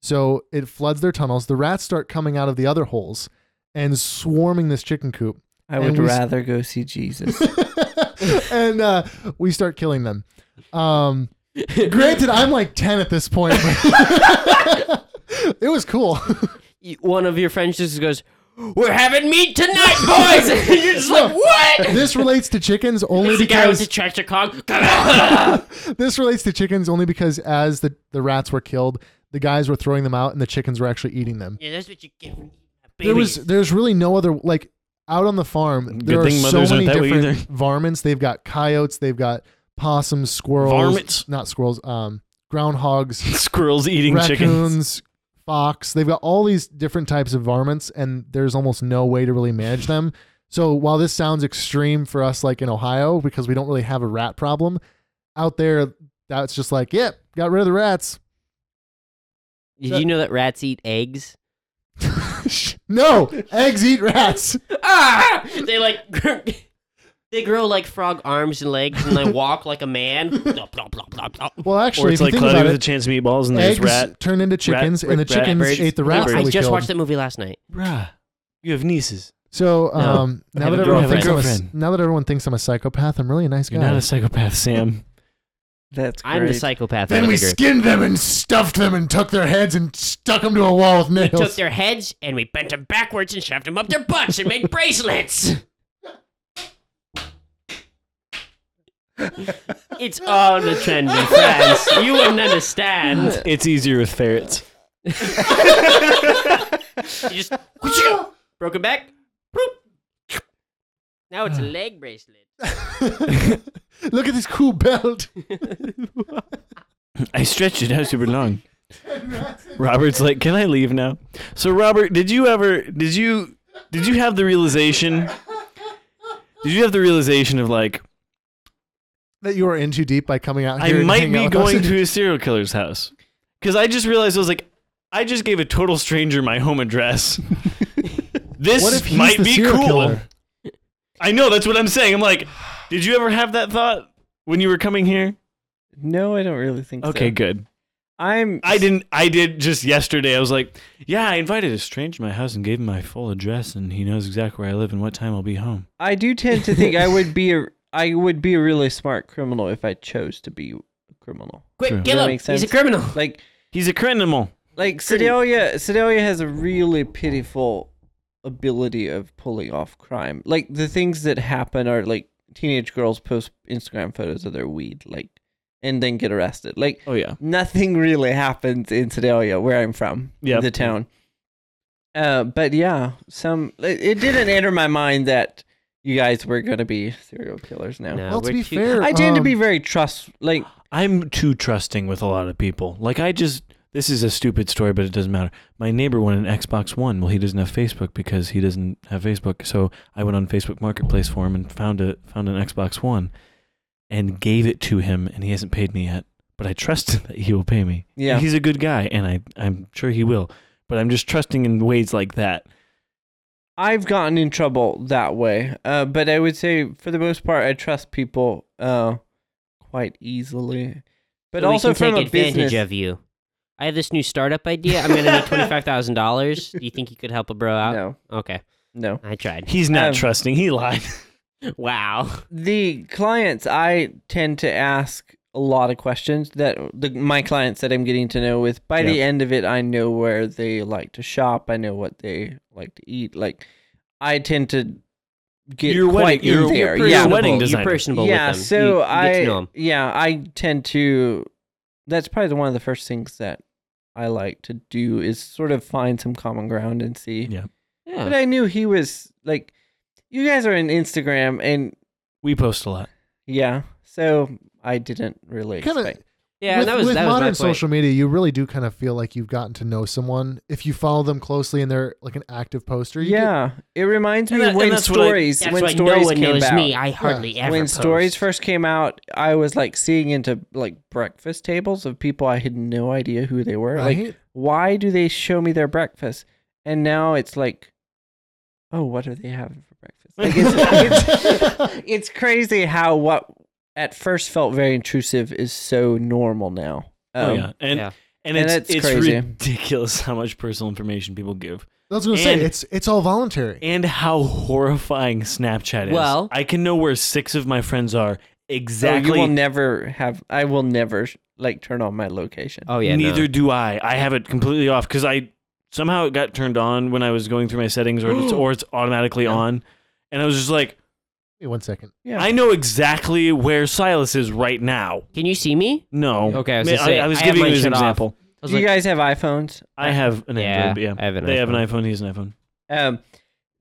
S4: So it floods their tunnels. The rats start coming out of the other holes and swarming this chicken coop.
S2: I would
S4: And we s-
S2: rather go see Jesus.
S4: and uh, we start killing them. Um, granted, I'm like 10 at this point. but- it was cool.
S3: You- One of your friends just goes, "We're having meat tonight, boys," and you're just like, "What?"
S4: This relates to chickens only
S3: The guy with the
S4: because
S3: tractor cog. Come
S4: this relates to chickens only because as the, the rats were killed, the guys were throwing them out and the chickens were actually eating them.
S3: yeah, that's what you get. for eating my
S4: There was
S3: babies.
S4: there's really no other like out on the farm.
S1: Good
S4: There
S1: thing
S4: are so
S1: mothers
S4: many
S1: aren't that way
S4: different
S1: either.
S4: varmints. They've got coyotes. They've got possums, squirrels,
S1: Varmints?
S4: not squirrels, um, groundhogs,
S1: Squirrels eating chickens.
S4: raccoons, fox. They've got all these different types of varmints, and there's almost no way to really manage them. So while this sounds extreme for us, like in Ohio, because we don't really have a rat problem out there, that's just like, yep, got rid of the rats.
S3: Did you know that rats eat eggs?
S4: no, eggs eat rats.
S3: Ah! They like. They grow like frog arms and legs, and they walk like a man. Blah, blah, blah, blah, blah.
S4: Well,
S1: Or
S4: actually,
S1: it's
S4: if you
S1: like
S4: think
S1: Cloudy
S4: about
S1: with a
S4: it,
S1: chance meatballs and there's
S4: eggs
S1: rat.
S4: turn into chickens,
S1: rat-
S4: and the
S1: rat- rat
S4: chickens
S1: birds.
S4: ate the
S1: Rat
S4: rats
S1: birds.
S4: that
S3: I
S4: we
S3: just
S4: killed.
S3: watched that movie last night.
S1: Bruh. You have nieces.
S4: So um,
S1: I
S4: now
S1: have
S4: that
S1: a
S4: everyone thinks I'm a,
S1: girlfriend.
S4: now that everyone thinks I'm a psychopath, I'm really a nice
S1: You're
S4: guy.
S1: not a psychopath, Sam.
S2: That's great.
S3: I'm the psychopath. out
S4: Then
S3: of
S4: we
S3: the group.
S4: skinned them and stuffed them and took their heads and stuck them to a wall with
S3: We
S4: nails.
S3: took their heads and we bent them backwards and shoved them up their butts and made bracelets. it's all the trend in France. You wouldn't understand.
S1: It's easier with ferrets.
S3: You just whoosh, broke it back. Bloop. Now it's a leg bracelet.
S4: Look at this cool belt.
S1: I stretched it out super long. Robert's like, "Can I leave now?" So Robert, did you ever did you did you have the realization Did you have the realization of like
S4: that you are in too deep by coming out here.
S1: I
S4: and
S1: might
S4: hanging out
S1: be
S4: with
S1: going
S4: us.
S1: to a serial killer's house? Cuz I just realized I was like I just gave a total stranger my home address. this
S4: What if he's
S1: might
S4: the
S1: be
S4: serial
S1: cool.
S4: killer?
S1: I know that's what I'm saying. I'm like, did you ever have that thought when you were coming here?
S2: no, I don't really think so.
S1: Okay, good.
S2: I'm
S1: I didn't. I did just yesterday. I was like, yeah, I invited a stranger to my house and gave him my full address, and he knows exactly where I live and what time I'll be home.
S2: I do tend to think I would be a I would be a really smart criminal if I chose to be a criminal.
S3: Quick,
S1: True.
S3: kill
S2: That
S3: him.
S2: makes
S3: He's a
S2: sense.
S3: criminal.
S2: Like
S1: He's a criminal.
S2: like Sedalia Sedalia has a really pitiful ability of pulling off crime. Like the things that happen are like teenage girls post Instagram photos of their weed, like and then get arrested. Like
S1: Oh yeah,
S2: nothing really happens in Sedalia, where I'm from,
S1: Yep.
S2: the town. Uh, but yeah, some it, it didn't enter my mind that you guys were gonna be serial killers now.
S3: No,
S4: Well, to
S3: we're
S4: be
S3: too-
S4: fair,
S2: I tend to be
S4: um,
S2: very trust like
S1: I'm too trusting with a lot of people. Like I just. This is a stupid story, but it doesn't matter. My neighbor won an Xbox One. Well, he doesn't have Facebook because he doesn't have Facebook. So I went on Facebook Marketplace for him and found a found an Xbox One, and gave it to him. And he hasn't paid me yet, but I trust that he will pay me.
S2: yeah.
S1: He's a good guy, and I, I'm sure he will. But I'm just trusting in ways like that.
S2: I've gotten in trouble that way. Uh, but I would say for the most part, I trust people uh quite easily. But
S3: So we
S2: also
S3: can
S2: from
S3: take
S2: a
S3: advantage
S2: business,
S3: of you. I have this new startup idea. I'm gonna need twenty five thousand dollars. Do you think you could help a bro out?
S2: no,
S3: Okay,
S2: no.
S3: I tried.
S1: He's not
S2: Um,
S1: trusting. He lied.
S3: Wow.
S2: the clients I tend to ask a lot of questions that the, my clients that I'm getting to know with by the
S1: Yeah.
S2: end of it I know where they like to shop I know what they like to eat like I tend to get
S1: Your wedding-
S2: quite in
S1: your-
S2: there
S1: your
S2: yeah
S1: wedding
S3: You're
S1: designer.
S3: personable
S2: yeah
S3: with them.
S2: so
S3: You- you
S2: I
S3: get to know 'em.
S2: yeah I tend to that's probably the- one of the first things that I like to do is sort of find some common ground and see
S1: Yeah.
S3: Yeah.
S2: but I knew he was like you guys are in Instagram and
S1: We post a lot.
S2: yeah. So I didn't really
S4: Kinda-
S2: expect.
S3: Yeah,
S4: with,
S3: that was
S4: with
S3: that was
S4: modern
S3: my point.
S4: social media, you really do kind of feel like you've gotten to know someone if you follow them closely and they're like an active poster. You get-
S2: Yeah, it reminds me
S1: And that-
S2: when
S1: and that's what I-
S2: stories
S3: That's
S2: when
S3: why
S2: stories
S3: no one
S2: came
S3: knows
S2: out.
S3: me. I hardly ever.
S2: when
S3: post.
S2: stories first came out, I was like seeing into like breakfast tables of people I had no idea who they were. Like,
S4: right?
S2: why do they show me their breakfast? And now it's like, oh, what are they having for breakfast? Like, it's, it's, it's crazy how what at first felt very intrusive is so normal now.
S1: oh
S2: Um,
S1: yeah, and
S3: yeah.
S1: and
S2: And
S1: it's
S2: that's
S1: it's
S2: crazy.
S1: ridiculous how much personal information people give,
S4: I was gonna say
S1: And-
S4: it's it's all voluntary.
S1: and how horrifying Snapchat is.
S3: Well-
S1: I can know where six of my friends are exactly.
S2: Oh, you will never have. I will never like turn on my location.
S1: Uh,
S3: Oh yeah.
S1: Neither
S3: No.
S1: do I. I have it completely off because I somehow it got turned on when I was going through my settings, or it's, or it's automatically on. And I was just like,
S4: Wait one second.
S2: yeah.
S1: I know exactly where Silas is right now.
S3: Can you see me?
S1: No.
S3: Okay, I was
S1: Ma-
S3: gonna say,
S1: I was
S3: I have
S1: giving
S3: mine
S1: you as an
S3: shut off.
S1: example.
S3: I was
S2: Do you
S3: like,
S2: guys have iPhones?
S1: I have an
S3: Yeah,
S1: Android. Yeah,
S3: I have an
S1: they have an
S3: iPhone.
S1: iPhone. He's an iPhone.
S2: Um,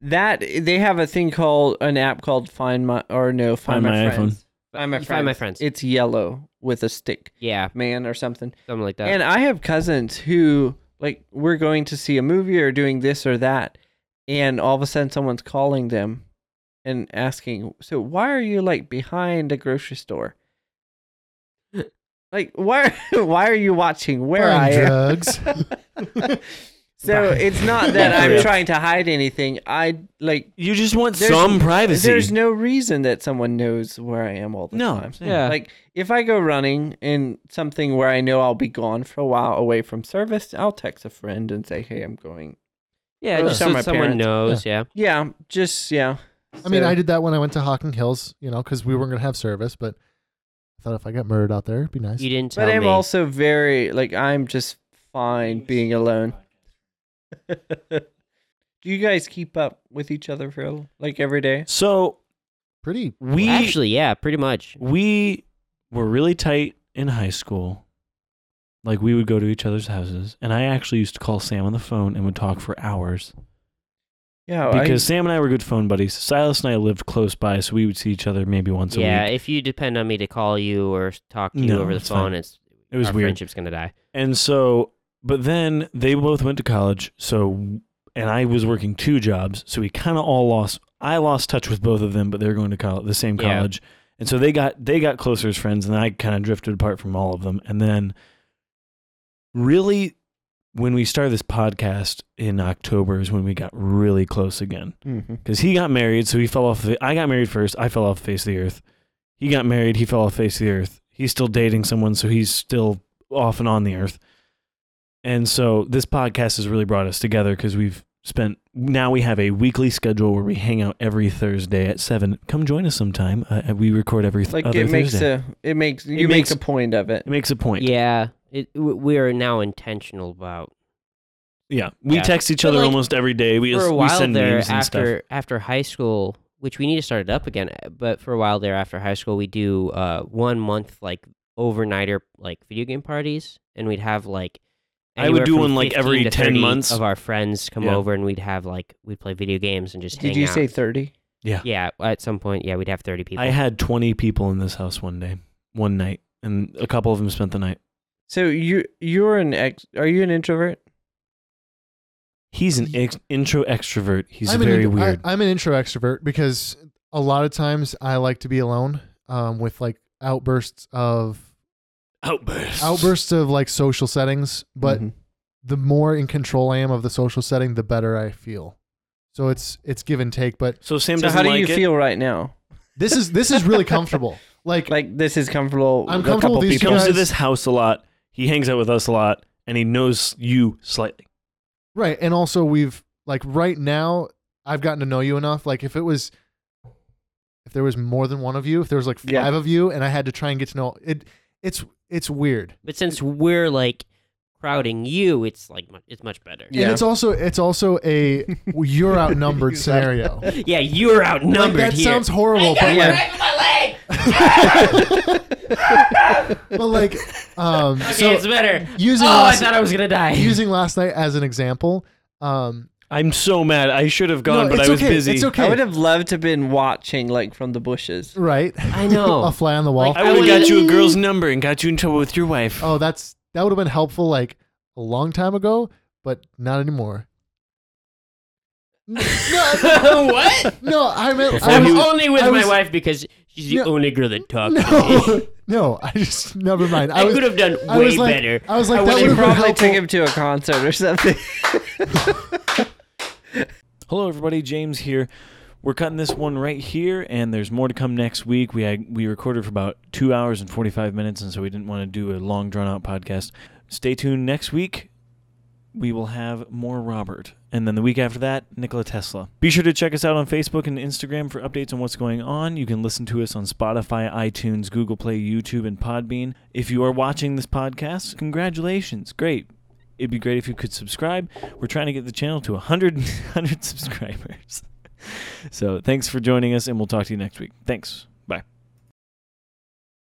S2: that they have a thing called an app called Find My or no Find,
S1: Find
S2: My,
S1: My
S2: Friends. Find My
S3: You
S2: Friends.
S3: Find My Friends.
S2: It's yellow with a stick
S3: yeah,
S2: man or something.
S3: something like that.
S2: And I have cousins who like we're going to see a movie or doing this or that, and all of a sudden someone's calling them and asking, "So why are you like behind a grocery store? like why why are you watching where
S4: Buying
S2: I am?"
S4: drugs.
S2: So it's not that I'm trying to hide anything. I like
S1: You just want
S2: There's-
S1: some privacy.
S2: there's no reason that someone knows where I am all the
S1: No,
S2: time.
S1: same. Yeah.
S2: Like if I go running in something where I know I'll be gone for a while away from service, I'll text a friend and say, "Hey, I'm going."
S3: yeah,
S2: Those
S3: just
S2: are
S3: so
S2: my
S3: someone
S2: parents.
S3: knows. Yeah.
S2: Yeah, just yeah.
S4: I mean,
S2: So-
S4: I did that when I went to Hocking Hills, you know, because we weren't gonna have service, but Thought if I got murdered out there, it'd be nice.
S3: You didn't tell
S2: But I'm
S3: me.
S2: also very like I'm just fine being alone. Do you guys keep up with each other for like every day?
S1: So
S4: Pretty.
S1: we
S3: Actually, yeah, pretty much.
S1: we were really tight in high school. Like we would go to each other's houses, and I actually used to call Sam on the phone and would talk for hours
S2: Yeah, Oh, I-
S1: because Sam and I were good phone buddies. Silas and I lived close by, so we would see each other maybe once
S3: yeah,
S1: a week.
S3: if you depend on me to call you or s- talk to you
S1: No,
S3: over the
S1: it's fine.
S3: phone, it's
S1: It was
S3: our
S1: weird.
S3: friendship's gonna die.
S1: And so, but then they both went to college. So, and I was working two jobs. So we kind of all lost. I lost touch with both of them, but they were going to college, the same
S3: Yeah.
S1: college. And so they got they got closer as friends, and I kind of drifted apart from all of them. And then, really, when we started this podcast in October is when we got really close again
S2: Mhm.
S1: because he got married, so he fell off. The, I got married first. I fell off the face of the earth. He got married. He fell off the face of the earth. He's still dating someone, so he's still off and on the earth. And so this podcast has really brought us together because we've spent now we have a weekly schedule where we hang out every Thursday at seven. Come join us sometime. Uh, we record every th-
S2: like
S1: other
S2: it makes
S1: Thursday.
S2: a it makes you
S1: makes-
S2: make a point of it.
S1: it makes a point.
S3: Yeah, it, w- we are now intentional about.
S1: Yeah. we
S3: Yeah.
S1: text each
S3: But,
S1: other
S3: like,
S1: almost every day. We
S3: for
S1: just
S3: a
S1: we
S3: while
S1: send
S3: there
S1: memes and
S3: after
S1: stuff.
S3: after high school, which we need to start it up again. uh, But for a while there after high school, we do uh, one month like overnighter like video game parties, and we'd have like.
S1: I would
S3: anywhere
S1: do
S3: from
S1: one, like,
S3: 15
S1: every
S3: to
S1: 10
S3: 30
S1: months.
S3: of our friends come
S1: Yeah.
S3: over, and we'd have like we'd play video games and just.
S2: Did
S3: hang
S2: you
S3: out.
S2: say 30?
S3: Yeah, at some point, yeah, we'd have thirty people.
S1: I had twenty people in this house one day, one night, and a couple of them spent the night.
S2: So you you're an ex are you an introvert?
S1: He's an ex- intro extrovert. He's
S4: I'm
S1: very
S4: an,
S1: weird.
S4: I, am an intro extrovert because a lot of times I like to be alone um, with like outbursts of
S1: outburst.
S4: outbursts of like social settings, but
S1: Mm-hmm.
S2: Mhm.
S4: the more in control I am of the social setting, the better I feel. So it's it's give and take, but
S1: So Sam
S2: so
S1: doesn't
S2: how do
S1: like
S2: you
S1: it.
S2: feel right now?
S4: this is this is really comfortable. Like,
S2: Like this is comfortable.
S4: I'm
S2: with a
S4: comfortable
S2: couple
S4: with
S1: He
S4: these
S2: people.
S1: comes to
S4: guys-
S1: this house a lot. He hangs out with us a lot, and he knows you slightly.
S4: right, and also we've like right now I've gotten to know you enough. Like if it was if there was more than one of you, if there was like five
S2: Yeah.
S4: of you and I had to try and get to know it it's it's weird.
S3: but since we're like crowding you, it's like mu- it's much better.
S2: Yeah.
S4: And it's also it's also a you're outnumbered scenario.
S3: Yeah, you're
S4: Like,
S3: outnumbered
S4: that
S3: here.
S4: sounds horrible, but
S2: Yeah.
S4: like but like um
S3: okay,
S4: so
S3: it's better.
S4: using
S3: Oh, I
S4: last,
S3: thought I was gonna die.
S4: using last night as an example um
S1: I'm so mad. I should have gone,
S4: no,
S1: but
S4: it's
S1: I was
S4: okay,
S1: busy.
S4: it's
S2: I
S4: okay
S2: would have loved to have been watching like from the bushes.
S4: right
S3: I know.
S4: a fly on the wall
S3: Like,
S1: I would
S3: would've-
S1: have got you a girl's number and got you in trouble with your wife.
S4: oh that's that would have been helpful like a long time ago but not anymore no
S3: what?
S4: no i meant
S1: Before
S4: I
S3: I'm
S1: you-
S4: was,
S3: only with
S4: I
S3: my
S4: was-
S3: wife because she's the
S4: No.
S3: only girl that talks. to me.
S4: no no i just never mind
S3: I,
S4: i was
S3: could have done
S4: I
S3: way
S4: was like,
S3: better.
S4: I was like,
S3: I
S4: that
S3: would've
S4: would
S2: You
S4: have been
S2: probably
S4: helpful.
S2: took him to a concert or something.
S1: Hello, everybody. James here. We're cutting this one right here, and there's more to come next week. We had, we recorded for about two hours and 45 minutes, and so we didn't want to do a long, drawn out podcast. Stay tuned next week. We will have more Robert. And then the week after that, Nikola Tesla. Be sure to check us out on Facebook and Instagram for updates on what's going on. You can listen to us on Spotify, iTunes, Google Play, YouTube, and Podbean. If you are watching this podcast, congratulations. Great it'd be great if you could subscribe. We're trying to get the channel to 100, 100 subscribers. So thanks for joining us, and we'll talk to you next week. Thanks.